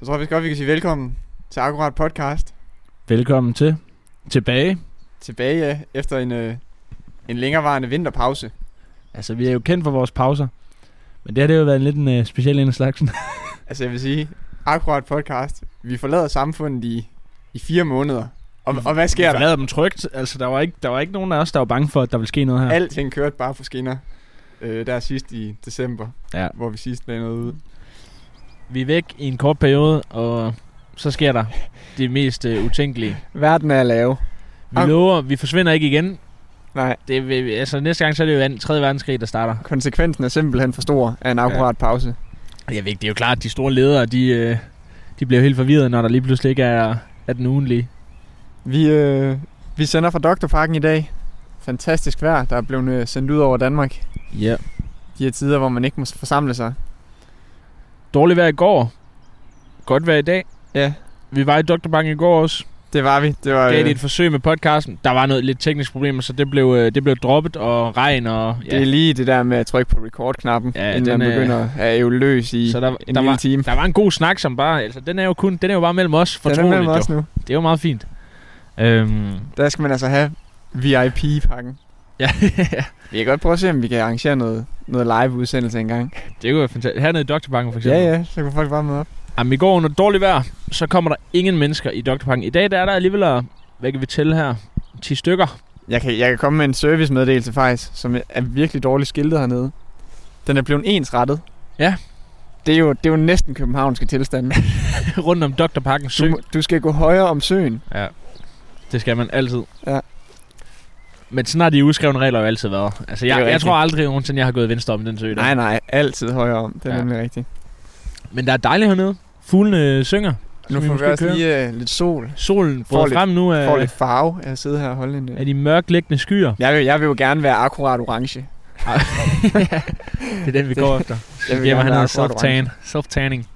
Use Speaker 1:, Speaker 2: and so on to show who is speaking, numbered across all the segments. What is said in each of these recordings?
Speaker 1: vist godt, vi kan sige velkommen til Akkurat Podcast.
Speaker 2: Velkommen til. Tilbage.
Speaker 1: Tilbage ja, efter en, øh, en længerevarende vinterpause.
Speaker 2: Altså, vi er jo kendt for vores pauser. Men det har det har jo været en lidt en øh, speciel en af slagsen.
Speaker 1: Altså jeg vil sige, Akkurat Podcast, vi forlader samfundet i, i fire måneder. Og, og hvad sker
Speaker 2: Vi
Speaker 1: der?
Speaker 2: forlader dem trygt. Altså, der var, ikke, der var ikke nogen af os, der var bange for, at der ville ske noget her.
Speaker 1: Alting kørte bare på skinner. Øh, der sidst i december,
Speaker 2: Ja.
Speaker 1: hvor vi sidst lagde noget ud.
Speaker 2: Vi er væk i en kort periode, og så sker der det mest øh, utænkelige.
Speaker 3: Verden er lav.
Speaker 2: Vi
Speaker 1: Am-
Speaker 2: lover, vi forsvinder ikke igen.
Speaker 3: Nej,
Speaker 2: Det, vil- altså, næste gang, så er det jo anden, 3. verdenskrig, der starter.
Speaker 3: konsekvensen er simpelthen for stor af en akkurat ja. pause.
Speaker 2: Jeg ved ikke, det er jo klart, at de store ledere, de, øh, de bliver jo helt forvirret, når der lige pludselig ikke er, er den ugenlige.
Speaker 3: Vi, øh, vi sender fra Doktorparken i dag. Fantastisk vejr, der er blevet øh, sendt ud over Danmark.
Speaker 2: Ja.
Speaker 3: De her tider, hvor man ikke må forsamle sig.
Speaker 2: Dårligt vejr i går. Godt vejr i dag.
Speaker 3: Ja,
Speaker 2: Vi var i Doktorbanken i går også.
Speaker 3: det var vi. Det var,
Speaker 2: Det er
Speaker 3: øh,
Speaker 2: et forsøg med podcasten. Der var noget lidt teknisk problem, så det blev, øh, det blev droppet og regn og... Ja.
Speaker 3: det er lige det der med at trykke på record-knappen,
Speaker 2: Ja,
Speaker 3: ja, inden
Speaker 2: den,
Speaker 3: man
Speaker 2: øh,
Speaker 3: begynder at æve løs i
Speaker 2: så
Speaker 3: så
Speaker 2: der,
Speaker 3: en
Speaker 2: der,
Speaker 3: lille
Speaker 2: var,
Speaker 3: time.
Speaker 2: der var en god snak, som bare... Altså, den er jo kun... Den er jo bare mellem os.
Speaker 3: Den
Speaker 2: Fortroligt,
Speaker 3: er mellem
Speaker 2: jo.
Speaker 3: os nu.
Speaker 2: Det er jo meget fint. Øhm,
Speaker 3: Der skal man altså have VIP-pakken.
Speaker 2: ja,
Speaker 3: Vi kan godt prøve at se, om vi kan arrangere noget, noget live-udsendelse engang.
Speaker 2: det kunne være fantastisk. Hernede i Doktorbanken for eksempel.
Speaker 3: Ja, ja, så kan folk bare møde op.
Speaker 2: Jamen, i går under dårligt vejr, så kommer der ingen mennesker i Doktorbanken. I dag der er der alligevel... øh, Hvad kan vi tælle her? 10 stykker.
Speaker 3: Jeg kan, jeg kan komme med en servicemeddelelse faktisk, som er virkelig dårligt skiltet hernede. Den er blevet ensrettet.
Speaker 2: Ja.
Speaker 3: Det er jo, det er jo næsten københavnske tilstand.
Speaker 2: rundt om Doktorparken sø.
Speaker 3: Du, må- du skal gå højere om søen.
Speaker 2: Ja. Det skal man altid.
Speaker 3: Ja.
Speaker 2: Men sådan har de uskrevne regler jo altid været. Altså,
Speaker 3: Det er
Speaker 2: jeg,
Speaker 3: jo
Speaker 2: jeg
Speaker 3: rigtigt.
Speaker 2: tror aldrig nogensinde, jeg har gået venstre om den sø. der.
Speaker 3: Nej, nej, altid højere om. Det er
Speaker 2: Ja.
Speaker 3: ja. nemlig rigtigt.
Speaker 2: Men der er dejligt hernede. Fuglene øh, synger. Så
Speaker 3: Nu får vi
Speaker 2: måske
Speaker 3: også
Speaker 2: køre.
Speaker 3: lige øh, lidt sol.
Speaker 2: Solen
Speaker 3: Får
Speaker 2: brød
Speaker 3: lidt-
Speaker 2: frem nu
Speaker 3: Får
Speaker 2: af,
Speaker 3: lidt farve af at sidde her og holde en... Øh.
Speaker 2: af de mørklæggende skyer.
Speaker 3: Jeg vil, jeg vil jo gerne være akkurat orange.
Speaker 2: Det er den, vi går efter.
Speaker 3: Jeg
Speaker 2: Det er, hvor han
Speaker 3: være
Speaker 2: hedder
Speaker 3: akkurat orange.
Speaker 2: self-tan. Self-tanning.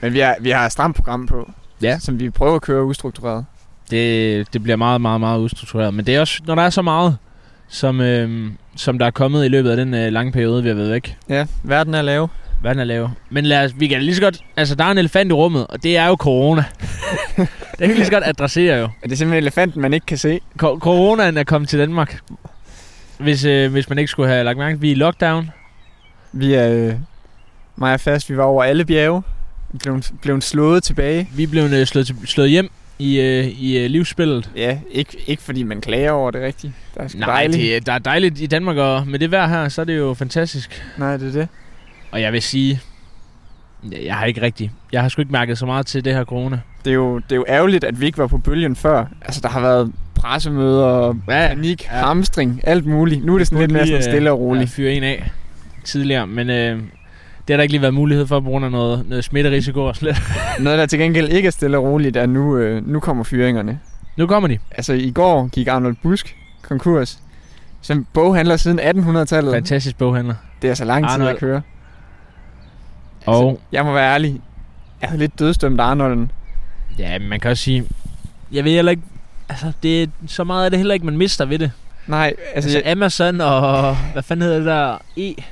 Speaker 3: Men vi har, vi har et stramt program på,
Speaker 2: Ja.
Speaker 3: som vi prøver at køre ustruktureret.
Speaker 2: Det, det bliver meget, meget, meget ustruktureret. Men det er også, når der er så meget, som, øh, som der er kommet i løbet af den øh, lange periode, vi har været væk.
Speaker 3: Ja, verden er lav.
Speaker 2: Hvad den er lave. Men lad os, vi kan lige så godt... Altså, der er en elefant i rummet, og det er jo corona. det kan vi lige så godt adressere jo.
Speaker 3: Er det simpelthen elefanten, man ikke kan se?
Speaker 2: Co- coronaen er kommet til Danmark. Hvis, øh, hvis man ikke skulle have lagt mærke til, vi er i lockdown.
Speaker 3: Vi er øh, meget fast. Vi var over alle bjerge. Vi blev, blev slået tilbage.
Speaker 2: Vi er blevet øh, slået, til, slået hjem i, øh, i øh, livsspillet.
Speaker 3: Ja, ikke, ikke fordi man klager over det rigtigt. Der er sgu
Speaker 2: Nej,
Speaker 3: dejligt.
Speaker 2: det, er- der er dejligt i Danmark, og med det vejr her, så er det jo fantastisk.
Speaker 3: Nej, det er det.
Speaker 2: Og jeg vil sige, ja, jeg har ikke rigtig... Jeg har sgu ikke mærket så meget til det her corona.
Speaker 3: Det er, jo, det er jo ærgerligt, at vi ikke var på bølgen før. Altså, der har været pressemøder og
Speaker 2: Ja,
Speaker 3: panik, ja. hamstring, alt muligt. Nu er det sådan lidt
Speaker 2: Burde
Speaker 3: mere
Speaker 2: lige,
Speaker 3: sådan
Speaker 2: øh,
Speaker 3: stille og
Speaker 2: roligt.
Speaker 3: roligt.
Speaker 2: Ja, fyre en af tidligere, men øh, det har der ikke lige været mulighed for på grund af noget, noget smitterisiko og slet.
Speaker 3: Ja. Noget, der til gengæld ikke er stille og roligt, er nu, øh, nu kommer fyringerne.
Speaker 2: Nu kommer de.
Speaker 3: Altså, i går gik Arnold Busk konkurs, som boghandler siden 1800-tallet.
Speaker 2: Fantastisk boghandler.
Speaker 3: Det er så lang tid
Speaker 2: Arnold.
Speaker 3: at køre.
Speaker 2: Og
Speaker 3: Jeg må være ærlig. Jeg havde lidt dødstømt Arnolden.
Speaker 2: ja, men man kan også sige, jeg ved heller ikke, altså det er så meget af det heller ikke, man mister ved det.
Speaker 3: Nej, altså,
Speaker 2: Altså
Speaker 3: altså
Speaker 2: Amazon og hvad fanden hedder det der E?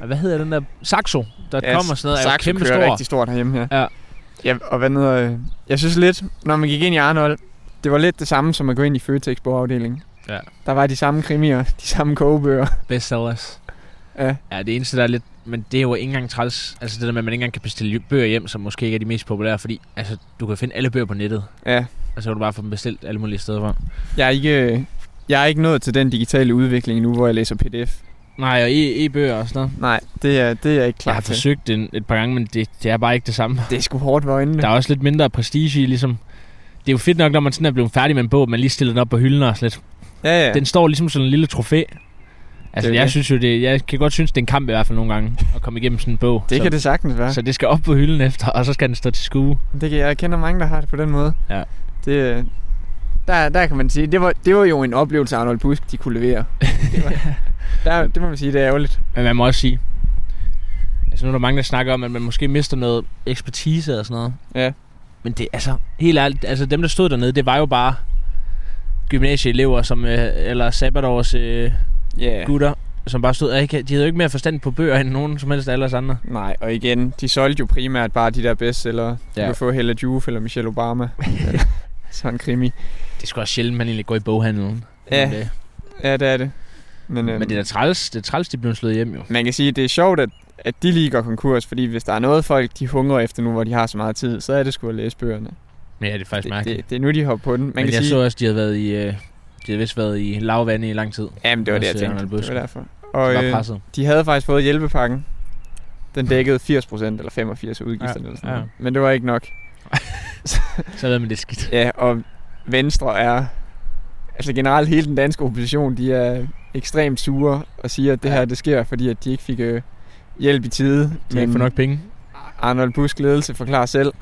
Speaker 2: Og Hvad hedder den der? Saxo, der
Speaker 3: Ja,
Speaker 2: kommer og sådan noget, er jo
Speaker 3: Saxo
Speaker 2: kæmpe
Speaker 3: kører
Speaker 2: stor.
Speaker 3: rigtig stort herhjemme her.
Speaker 2: Ja.
Speaker 3: ja og hvad noget, øh, jeg synes lidt, når man gik ind i Arnold, det var lidt det samme som at gå ind i Føtex bogafdelingen.
Speaker 2: Ja.
Speaker 3: Der var de samme krimier, de samme kogebøger.
Speaker 2: Bestsellers.
Speaker 3: Ja.
Speaker 2: Ja, det eneste, der er lidt... Men det er jo ikke engang træls. Altså det der med, at man ikke engang kan bestille bøger hjem, som måske ikke er de mest populære, fordi altså, du kan finde alle bøger på nettet.
Speaker 3: ja.
Speaker 2: Og så kan du bare få dem bestilt alle mulige steder fra.
Speaker 3: Jeg er ikke... øh, Jeg er ikke nået til den digitale udvikling nu, hvor jeg læser pdf.
Speaker 2: Nej, og e- e-bøger og sådan noget.
Speaker 3: Nej, det er, det er jeg ikke
Speaker 2: Jeg
Speaker 3: klar
Speaker 2: har
Speaker 3: til.
Speaker 2: forsøgt en, et par gange, men det, det er bare ikke det samme.
Speaker 3: Det er sgu hårdt ved øjnene.
Speaker 2: Der er også lidt mindre prestige i, ligesom... Det er jo fedt nok, når man sådan er blevet færdig med en bog, at man lige stiller den op på hylden og sådan lidt.
Speaker 3: Ja, ja.
Speaker 2: Den står ligesom sådan en lille trofæ. Altså,
Speaker 3: Det er
Speaker 2: jeg
Speaker 3: det.
Speaker 2: synes jo, det, jeg kan godt synes, det er en kamp i hvert fald nogle gange, at komme igennem sådan en bog.
Speaker 3: det
Speaker 2: så,
Speaker 3: kan det sagtens være.
Speaker 2: Så det skal op på hylden efter, og så skal den stå til skue.
Speaker 3: Det kan, jeg kender mange, der har det på den måde.
Speaker 2: Ja.
Speaker 3: Det, øh, der, der kan man sige, det var, det var jo en oplevelse, Arnold Busk, de kunne levere. Det, var, der, det må man sige, det er ærgerligt.
Speaker 2: Men man må også sige, altså nu er der mange, der snakker om, at man måske mister noget ekspertise og sådan noget.
Speaker 3: Ja.
Speaker 2: Men det, altså, helt ærligt, altså dem, der stod dernede, det var jo bare gymnasieelever, som, øh, eller sabbatårs øh,
Speaker 3: Yeah.
Speaker 2: gutter, som bare stod, og ikke, de havde jo ikke mere forstand på bøger end nogen som helst af alle os andre.
Speaker 3: Nej, og igen, de solgte jo primært bare de der bestsellere. Ja.
Speaker 2: Ja.
Speaker 3: Du kan få Hella Juf eller Michelle Obama. Sådan en krimi.
Speaker 2: Det skulle også sjældent, man egentlig går i boghandlen.
Speaker 3: Ja.
Speaker 2: Men, øh,
Speaker 3: Ja, det er det. Men, øhm,
Speaker 2: Men det er da træls, det er træls, de blev slået hjem jo.
Speaker 3: man kan sige, at det er sjovt, at, at de lige går konkurs, fordi hvis der er noget folk, de hungrer efter nu, hvor de har så meget tid, så er det sgu at læse bøgerne.
Speaker 2: Ja, det er faktisk
Speaker 3: Det,
Speaker 2: mærkeligt. Det,
Speaker 3: det, det, er nu, de hopper på den. Man
Speaker 2: Men
Speaker 3: kan
Speaker 2: jeg
Speaker 3: sige,
Speaker 2: sige... så også, de havde været i... Øh, de havde vist været i lavvande i lang tid.
Speaker 3: Jamen, det var det, jeg
Speaker 2: Også
Speaker 3: tænkte.
Speaker 2: Arnold
Speaker 3: Det
Speaker 2: Bødskov.
Speaker 3: var derfor.
Speaker 2: Og,
Speaker 3: Og
Speaker 2: var
Speaker 3: øh,
Speaker 2: presset.
Speaker 3: de havde faktisk fået hjælpepakken. Den dækkede 80% eller 85% af udgifterne.
Speaker 1: Ja,
Speaker 3: Ja, eller sådan
Speaker 2: ja.
Speaker 3: ja. Men det var ikke nok.
Speaker 2: Så ved man, det er skidt.
Speaker 3: Ja, og Venstre er... Altså generelt hele den danske opposition, de er ekstremt sure og siger, at det
Speaker 2: Ja.
Speaker 3: her det sker, fordi at de ikke fik øh, hjælp i tide.
Speaker 2: De har ikke fået nok penge.
Speaker 3: Arnold Busk ledelse forklarer selv.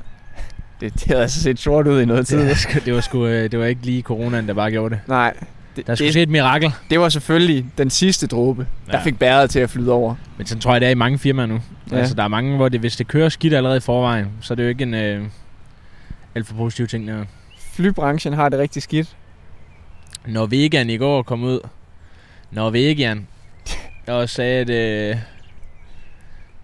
Speaker 3: Det, det havde altså set sort ud i noget tid.
Speaker 2: Det, var sgu, det, var sgu, øh, det var ikke lige coronaen, der bare gjorde det.
Speaker 3: Nej, det,
Speaker 2: Der skulle
Speaker 3: det,
Speaker 2: ske et mirakel.
Speaker 3: det var selvfølgelig den sidste dråbe, ja. der
Speaker 2: Ja.
Speaker 3: fik bæret til at flyde over.
Speaker 2: Men sådan tror jeg, det er i mange firmaer nu. Ja. Altså, der er mange, hvor det, hvis det kører skidt allerede i forvejen, så er det jo ikke en øh, alt for positiv ting. Der.
Speaker 3: Flybranchen har det rigtig skidt.
Speaker 2: Norvegian i går kom ud. Norvegian. Og sagde, at, øh,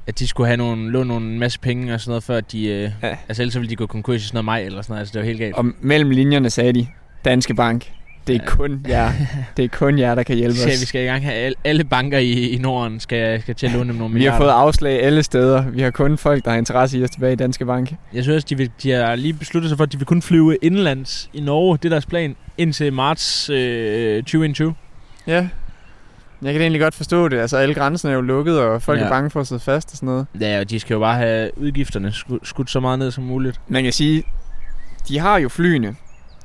Speaker 2: at de skulle have nogle, låne nogle masse penge og sådan noget, før de... Øh,
Speaker 3: Ja.
Speaker 2: ja. Altså ellers så ville de gå konkurs i sådan noget maj eller sådan noget. Altså det var helt galt.
Speaker 3: Og mellem linjerne sagde de, Danske Bank, det er
Speaker 2: Ja.
Speaker 3: kun jer, det er kun jer, der kan hjælpe
Speaker 2: De sagde, at vi
Speaker 3: os.
Speaker 2: skal i gang have alle, alle banker i, i Norden skal, skal til at låne dem nogle
Speaker 3: Vi har fået
Speaker 2: milliarder.
Speaker 3: afslag alle steder. Vi har kun folk, der har interesse i os tilbage i Danske Bank.
Speaker 2: Jeg synes også, de, vil, de har lige besluttet sig for, at de vil kun flyve indlands i Norge. Det er deres plan indtil marts øh, 2021.
Speaker 3: Ja. Jeg kan det egentlig godt forstå det. Altså, alle grænserne er jo lukket, og folk ja.
Speaker 2: Ja.
Speaker 3: er bange for at sidde fast og sådan noget.
Speaker 2: Ja, og de skal jo bare have udgifterne skudt, skudt så meget ned som muligt.
Speaker 3: Man kan sige, de har jo flyene.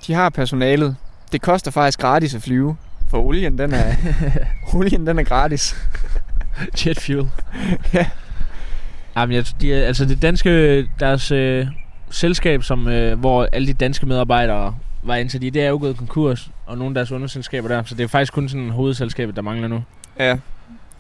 Speaker 3: De har personalet. Det koster faktisk gratis at flyve. For olien, den er, olien, den er gratis.
Speaker 2: Jet fuel.
Speaker 3: Ja.
Speaker 2: Jamen, jeg, de, er- altså det danske, deres øh, selskab, som, øh, hvor alle de danske medarbejdere var ansat i, det er jo gået konkurs, og nogle af deres underselskaber der, så det er faktisk kun sådan hovedselskabet, der mangler nu.
Speaker 3: Ja.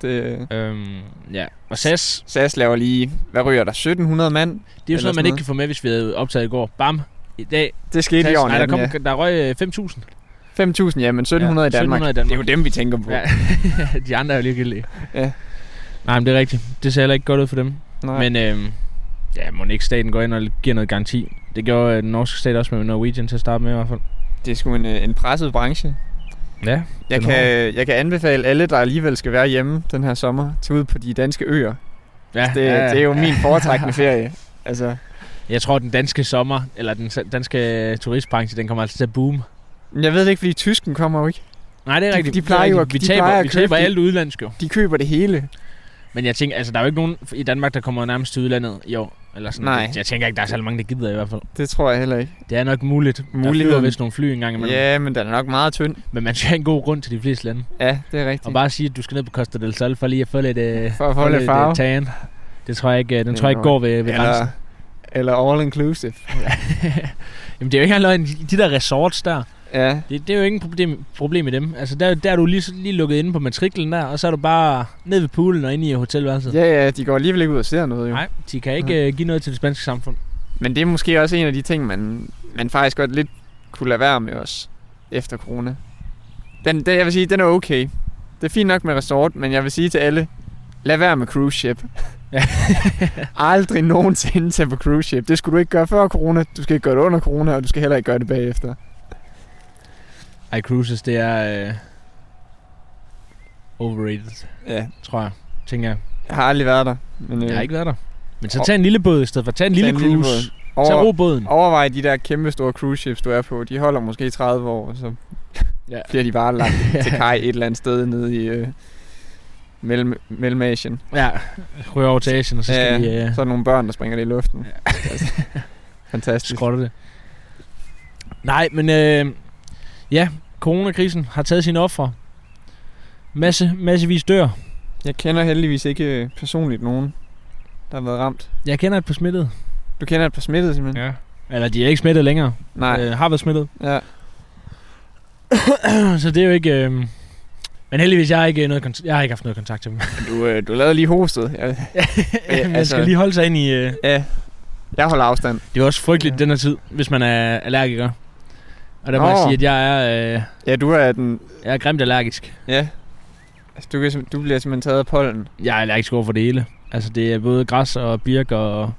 Speaker 3: Det,
Speaker 2: Øhm, ja. Og SAS,
Speaker 3: SAS laver lige, hvad ryger der, 1700 mand?
Speaker 2: det er jo sådan
Speaker 3: Eller
Speaker 2: noget, man
Speaker 3: sådan
Speaker 2: ikke kan få med, hvis vi havde optaget i går. Bam! I dag.
Speaker 3: Det skete i
Speaker 2: SAS,
Speaker 3: år.
Speaker 2: nej, der, kom,
Speaker 3: ja.
Speaker 2: der røg øh, 5.000.
Speaker 3: 5.000, ja, men 1700 ja, i Danmark.
Speaker 2: 1700 i
Speaker 3: Det er
Speaker 2: Danmark.
Speaker 3: jo dem, vi tænker på.
Speaker 2: Ja. de andre er jo ligegyldige.
Speaker 3: Ja.
Speaker 2: Nej, men det er rigtigt. Det ser heller ikke godt ud for dem.
Speaker 3: Nej.
Speaker 2: Men øhm, ja, må ikke staten går ind og giver noget garanti. Det gjorde øh, den norske stat også med Norwegian til at starte med i hvert fald.
Speaker 3: Det er sgu en, øh, en presset branche.
Speaker 2: Ja,
Speaker 3: Jeg
Speaker 2: Den
Speaker 3: kan, jeg kan anbefale alle, der alligevel skal være hjemme den her sommer, tage ud på de danske øer.
Speaker 2: ja,
Speaker 3: Det,
Speaker 2: ja, ja.
Speaker 3: det er jo min foretrækkende ferie. Altså,
Speaker 2: Jeg tror, den danske sommer, eller den s- danske øh, turistbranche, den kommer altså til at boome.
Speaker 3: jeg ved det ikke, fordi tysken kommer jo ikke.
Speaker 2: Nej, det er
Speaker 3: De-
Speaker 2: rigtigt.
Speaker 3: de
Speaker 2: Det er
Speaker 3: plejer jo
Speaker 2: rigtigt.
Speaker 3: at- de
Speaker 2: vi taber,
Speaker 3: plejer at
Speaker 2: vi
Speaker 3: købe
Speaker 2: taber
Speaker 3: de-
Speaker 2: alt udlandsk jo.
Speaker 3: De køber det hele.
Speaker 2: Men jeg tænker, altså der er jo ikke nogen i Danmark, der kommer nærmest til udlandet i år. Eller sådan.
Speaker 3: Nej.
Speaker 2: Jeg tænker ikke, der er særlig mange, der gider i hvert fald.
Speaker 3: Det tror jeg heller ikke.
Speaker 2: Det er nok muligt. Der flyver
Speaker 3: Muligheden.
Speaker 2: vist nogle fly engang imellem.
Speaker 3: Ja, men den er nok meget tynd.
Speaker 2: Men man skal have en god grund til de fleste lande.
Speaker 3: Ja, det er
Speaker 2: Og
Speaker 3: rigtigt.
Speaker 2: bare sige, at du skal ned på Costa del Sol for lige at få lidt, øh,
Speaker 3: For at få lidt farve.
Speaker 2: tan. Det tror jeg ikke, øh, den
Speaker 3: Det
Speaker 2: tror jeg ikke
Speaker 3: er
Speaker 2: går ved, ved grænsen.
Speaker 3: Eller, eller all inclusive.
Speaker 2: Jamen det er jo ikke engang løgn. De- De der resorts der,
Speaker 3: Ja,
Speaker 2: det, det er jo ingen problem, problem i dem. Altså der, der er du lige, så- lige lukket inde på matriklen der, og så er du bare ned ved poolen og inde i hotelværelset.
Speaker 3: ja, ja, de går alligevel ikke ud og ser noget jo.
Speaker 2: Nej, de kan ikke øh, give noget til det spanske samfund.
Speaker 3: Men det er måske også en af de ting, man, man faktisk godt lidt kunne lade være med os efter corona. Den, den, jeg vil sige, den er okay. Det er fint nok med resort, men jeg vil sige til alle, lad være med cruise ship.
Speaker 2: Ja.
Speaker 3: Aldrig nogensinde tage på cruise ship. Det skulle du ikke gøre før corona, du skal ikke gøre det under corona, og du skal heller ikke gøre det bagefter.
Speaker 2: Ej, cruises, det er øh, overrated,
Speaker 3: Ja.
Speaker 2: tror jeg. Tænker jeg.
Speaker 3: Jeg har aldrig været der. Men, øh,
Speaker 2: Jeg har ikke været der. Men så
Speaker 3: Og-
Speaker 2: tag en lille båd i stedet for. Tag en lille
Speaker 3: en lille
Speaker 2: cruise.
Speaker 3: over,
Speaker 2: Tag robåden.
Speaker 3: Overvej de der kæmpe store cruise ships, du er på. De holder måske i 30 år, og så ja.
Speaker 2: Ja.
Speaker 3: bliver de bare lagt til kaj et eller andet sted nede i øh, mellem, Mellemasien.
Speaker 2: Ja, ryger over til Asien, og så skal vi øh,
Speaker 3: så er der nogle børn, der springer det i luften. Ja. Fantastisk.
Speaker 2: skrotte det. Nej, men øh, ja, coronakrisen har taget sine ofre. Masse, massevis dør.
Speaker 3: Jeg kender heldigvis ikke øh, personligt nogen, der har været ramt.
Speaker 2: Jeg kender et par smittede.
Speaker 3: Du kender et par smittede simpelthen?
Speaker 2: Ja. Eller de er ikke smittet længere.
Speaker 3: Nej.
Speaker 2: Øh, har været smittet.
Speaker 3: Ja.
Speaker 2: så det er jo ikke... Øh, men heldigvis, jeg har, ikke noget kont- jeg har ikke haft noget kontakt til dem.
Speaker 3: Du, øh, du lavede lige hostet. Jeg,
Speaker 2: Ja, man
Speaker 3: altså-
Speaker 2: skal lige holde sig ind i... Øh,
Speaker 3: ja. Jeg holder afstand.
Speaker 2: det er jo også frygteligt
Speaker 3: Ja.
Speaker 2: ja. den her tid, hvis man er allergiker. Og der må
Speaker 3: Nå.
Speaker 2: jeg sige, at jeg er, øh,
Speaker 3: Ja, du er den...
Speaker 2: jeg er grimt allergisk.
Speaker 3: Ja. Altså, du, kan, sim- du bliver simpelthen taget af pollen.
Speaker 2: Jeg er allergisk over for det hele. Altså, det er både græs og birk og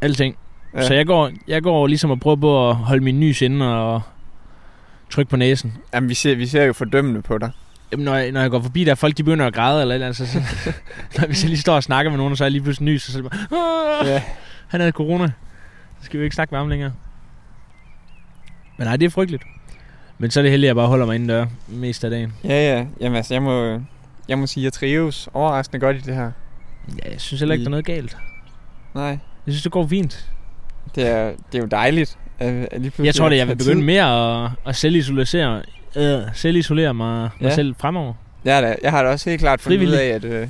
Speaker 2: alting. Ja. Så jeg går, jeg går ligesom og prøver på at holde min nys inde og trykke på næsen.
Speaker 3: Jamen, vi ser, vi ser jo fordømmende på dig.
Speaker 2: Jamen, når, jeg, når jeg går forbi, der er folk, de begynder at græde eller et eller andet. Så, så, når vi så lige står og snakker med nogen, og så er jeg lige pludselig nys, og så er det bare,
Speaker 3: Ja.
Speaker 2: ja. han havde corona. Så skal vi ikke snakke med ham længere. Men nej, det er frygteligt. Men så er det heldigt, at jeg bare holder mig indendør mest af dagen.
Speaker 3: Ja, ja. Jamen, altså, jeg må, jeg må sige, at jeg trives overraskende godt i det her.
Speaker 2: Ja, jeg synes heller ikke, der er noget galt.
Speaker 3: Nej,
Speaker 2: Jeg synes, det går fint.
Speaker 3: det er, det er jo dejligt. At, at lige pludselig
Speaker 2: Jeg tror, det jeg vil
Speaker 3: have
Speaker 2: begynde
Speaker 3: tid.
Speaker 2: mere at, at selvisolere, øh, selvisolere mig, mig
Speaker 3: Ja.
Speaker 2: selv fremover.
Speaker 3: Jeg, er da, jeg har da også helt klart fundet ud af,
Speaker 2: Frivillig.
Speaker 3: at øh,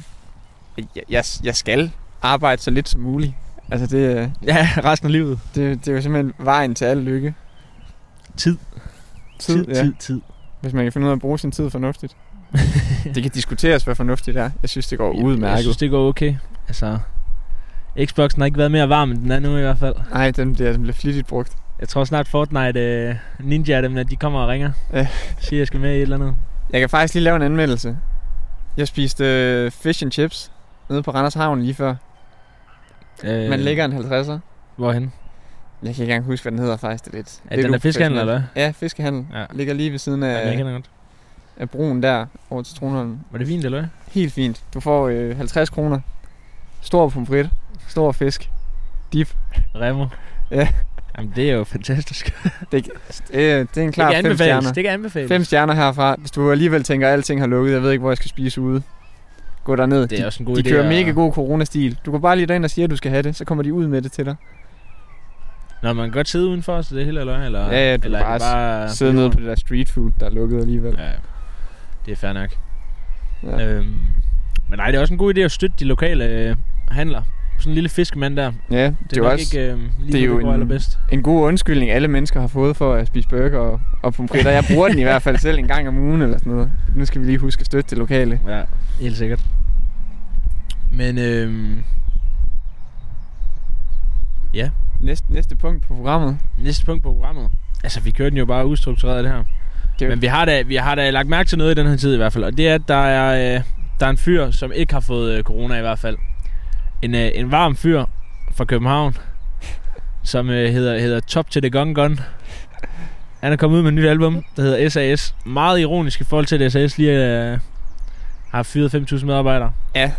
Speaker 3: at jeg, jeg, jeg skal arbejde så lidt som muligt. Altså, det, øh,
Speaker 2: Ja, resten af livet.
Speaker 3: det, det er jo simpelthen vejen til al lykke.
Speaker 2: Tid. Tid, tid,
Speaker 3: ja.
Speaker 2: tid. tid.
Speaker 3: Hvis man kan finde ud af at bruge sin tid fornuftigt. det kan diskuteres, hvad fornuftigt er. Jeg synes, det går
Speaker 2: Jeg synes,
Speaker 3: udmærket.
Speaker 2: det går okay. Altså, Xboxen har ikke været mere varm, end den er nu i hvert fald.
Speaker 3: Nej, den bliver, den bliver flittigt brugt.
Speaker 2: Jeg tror snart Fortnite øh, Ninja, dem, der, de kommer og ringer.
Speaker 3: Ja.
Speaker 2: Ja. Siger, jeg skal med i et eller andet.
Speaker 3: Jeg kan faktisk lige lave en anmeldelse. Jeg spiste øh, fish and chips nede på Randers Havn lige før.
Speaker 2: Øh,
Speaker 3: Man lægger en 50'er.
Speaker 2: Hvorhen?
Speaker 3: Jeg kan ikke engang huske, hvad den hedder faktisk. Det er lidt,
Speaker 2: Er
Speaker 3: lidt
Speaker 2: den der fiskehandler,
Speaker 3: uprofessionelt.
Speaker 2: eller?
Speaker 3: Ja, fiskehandel.
Speaker 2: Ja.
Speaker 3: Ligger lige ved siden
Speaker 2: Ja, jeg
Speaker 3: af,
Speaker 2: kender godt.
Speaker 3: af broen der over til Tronholm.
Speaker 2: Var det fint, eller hvad?
Speaker 3: Helt fint. Du får øh, 50 kroner. Stor pomfrit. Stor fisk. Dip.
Speaker 2: Remmer.
Speaker 3: Ja.
Speaker 2: Jamen, det er jo fantastisk.
Speaker 3: Det, det, det er en klar 5
Speaker 2: det kan anbefales.
Speaker 3: stjerner.
Speaker 2: Det kan anbefales.
Speaker 3: Fem stjerner herfra. Hvis du alligevel tænker, at alting har lukket, jeg ved ikke, hvor jeg skal spise ude. Gå derned.
Speaker 2: Det er også en god
Speaker 3: de,
Speaker 2: idé.
Speaker 3: de kører
Speaker 2: at-
Speaker 3: mega god coronastil. Du går bare lige derind og siger, at du skal have det, så kommer de ud med det til dig.
Speaker 2: Nå, man kan godt sidde udenfor, så det er helt eller hvad, eller,
Speaker 3: Ja, ja, du
Speaker 2: eller
Speaker 3: kan
Speaker 2: er det
Speaker 3: bare
Speaker 2: bare
Speaker 3: Sidde nede på det der street food, der er lukket alligevel.
Speaker 2: Ja, det er fair nok.
Speaker 3: Ja.
Speaker 2: Ja. Øhm, men nej, det er også en god idé at støtte de lokale øh, handler. Sådan en lille fiskemand der.
Speaker 3: Ja, det,
Speaker 2: Det er,
Speaker 3: jo
Speaker 2: nok
Speaker 3: også ikke,
Speaker 2: ikke øh, lige,
Speaker 3: det er
Speaker 2: det
Speaker 3: jo
Speaker 2: går
Speaker 3: en-
Speaker 2: allerbedst.
Speaker 3: en god undskyldning, alle mennesker har fået for at spise burger og, og pomfritter. Jeg bruger den i hvert fald selv en gang om ugen eller sådan noget. Nu skal vi lige huske at støtte det lokale.
Speaker 2: Ja, helt sikkert. Men øhm,
Speaker 3: Næste, næste punkt på programmet.
Speaker 2: næste punkt på programmet. Altså, vi kører den jo bare ustruktureret, det her.
Speaker 3: Det er jo-
Speaker 2: Men vi har, da, vi har da lagt mærke til noget i den her tid i hvert fald. Og det er, at der er, øh, der er en fyr, som ikke har fået øh, corona i hvert fald. En, øh, en varm fyr fra København, som øh, hedder, hedder Top to the Gun Gun. Han er kommet ud med et nyt album, der hedder SAS. Meget ironisk i forhold til, at SAS lige øh, har fyret 5.000 medarbejdere.
Speaker 3: Det,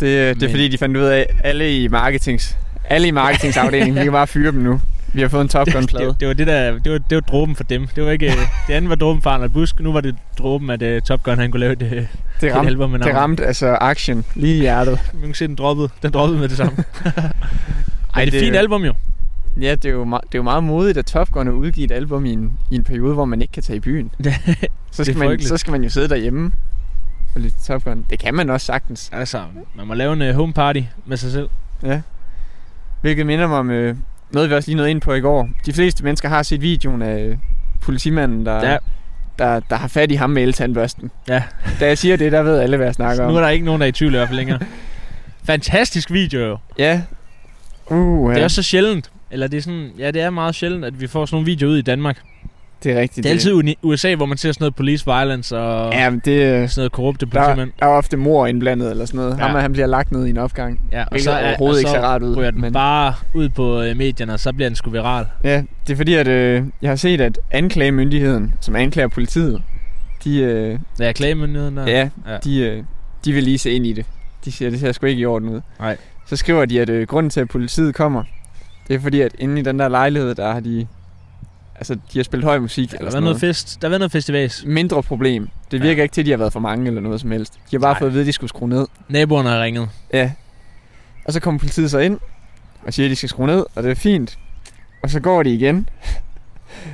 Speaker 3: det er
Speaker 2: Men-
Speaker 3: fordi, de fandt ud af, at alle i, marketings, alle i marketingsafdelingen, vi kan bare fyre dem nu. Vi har fået en Top Gun-plade.
Speaker 2: Det, det, var det der, det var, det var dråben for dem. Det var ikke, øh, det andet var dråben for Arnold Busk, nu var det dråben, at uh, Top Gun han kunne lave det,
Speaker 3: Det
Speaker 2: det
Speaker 3: ramte,
Speaker 2: album med
Speaker 3: det
Speaker 2: navn.
Speaker 3: ramte altså action lige i hjertet.
Speaker 2: Man kan se, den droppede. Den droppede med det samme. Ej, det er
Speaker 3: det-
Speaker 2: et fint album jo.
Speaker 3: Ja, det er jo, meget, det er jo meget modigt, at Top Gun har udgivet et album i en, i en periode, hvor man ikke kan tage i byen.
Speaker 2: Det-
Speaker 3: så,
Speaker 2: det
Speaker 3: skal
Speaker 2: er
Speaker 3: man,
Speaker 2: frygteligt.
Speaker 3: så skal man jo sidde derhjemme og lytte til Top Gun. Det kan man også sagtens.
Speaker 2: Altså, man må lave en uh, home party med sig selv.
Speaker 3: Hvilket minder mig om øh, noget, vi også lige nåede ind på i går. De fleste mennesker har set videoen af øh, politimanden, der,
Speaker 2: Ja.
Speaker 3: der, der har fat i ham med eltandbørsten.
Speaker 2: Ja.
Speaker 3: Da jeg siger det, der ved alle, hvad jeg snakker
Speaker 2: Så
Speaker 3: om.
Speaker 2: nu er der ikke nogen, der er i tvivl i hvert fald længere. Fantastisk video jo. Ja.
Speaker 3: Ja. Uh,
Speaker 2: Det
Speaker 3: ja.
Speaker 2: er også så sjældent. Eller det er sådan, ja, det er meget sjældent, at vi får sådan nogle videoer ud i Danmark. Det,
Speaker 3: det er rigtigt.
Speaker 2: det er altid uni- USA, hvor man ser sådan noget police violence og ja.
Speaker 3: Ja, men det, øh,
Speaker 2: sådan noget korrupte
Speaker 3: der,
Speaker 2: politimænd.
Speaker 3: der er ofte mor indblandet eller sådan noget. Ja.
Speaker 2: Ja.
Speaker 3: Ham, og han bliver lagt ned i en opgang.
Speaker 2: Ja,
Speaker 3: Hvilket så, overhovedet ikke ser rart ud.
Speaker 2: ryger den
Speaker 3: men-
Speaker 2: bare ud på øh, medierne, og så bliver den sgu viral.
Speaker 3: Ja, det er fordi, at øh, jeg har set, at anklagemyndigheden, som anklager politiet, de, øh,
Speaker 2: Der er klagemyndigheden der.
Speaker 3: ja. Ja,
Speaker 2: Ja.
Speaker 3: de, øh, de vil lige se ind i det. De siger, at det ser sgu ikke i orden ud.
Speaker 2: Nej.
Speaker 3: Så skriver de, at øh, grunden til, at politiet kommer, det er fordi, at inde i den der lejlighed, der har de... Altså, de har spillet høj musik
Speaker 2: Der
Speaker 3: eller
Speaker 2: var
Speaker 3: sådan
Speaker 2: noget
Speaker 3: noget.
Speaker 2: fest. Der var noget festivals.
Speaker 3: Mindre problem. Det virker
Speaker 2: Ja.
Speaker 3: ikke til, at de har været for mange eller noget som helst. De har bare
Speaker 2: Nej.
Speaker 3: fået at vide, at de skulle skrue ned.
Speaker 2: Naboerne har ringet.
Speaker 3: Ja. Og så kommer politiet så ind og siger, at de skal skrue ned, og det er fint. Og så går de igen.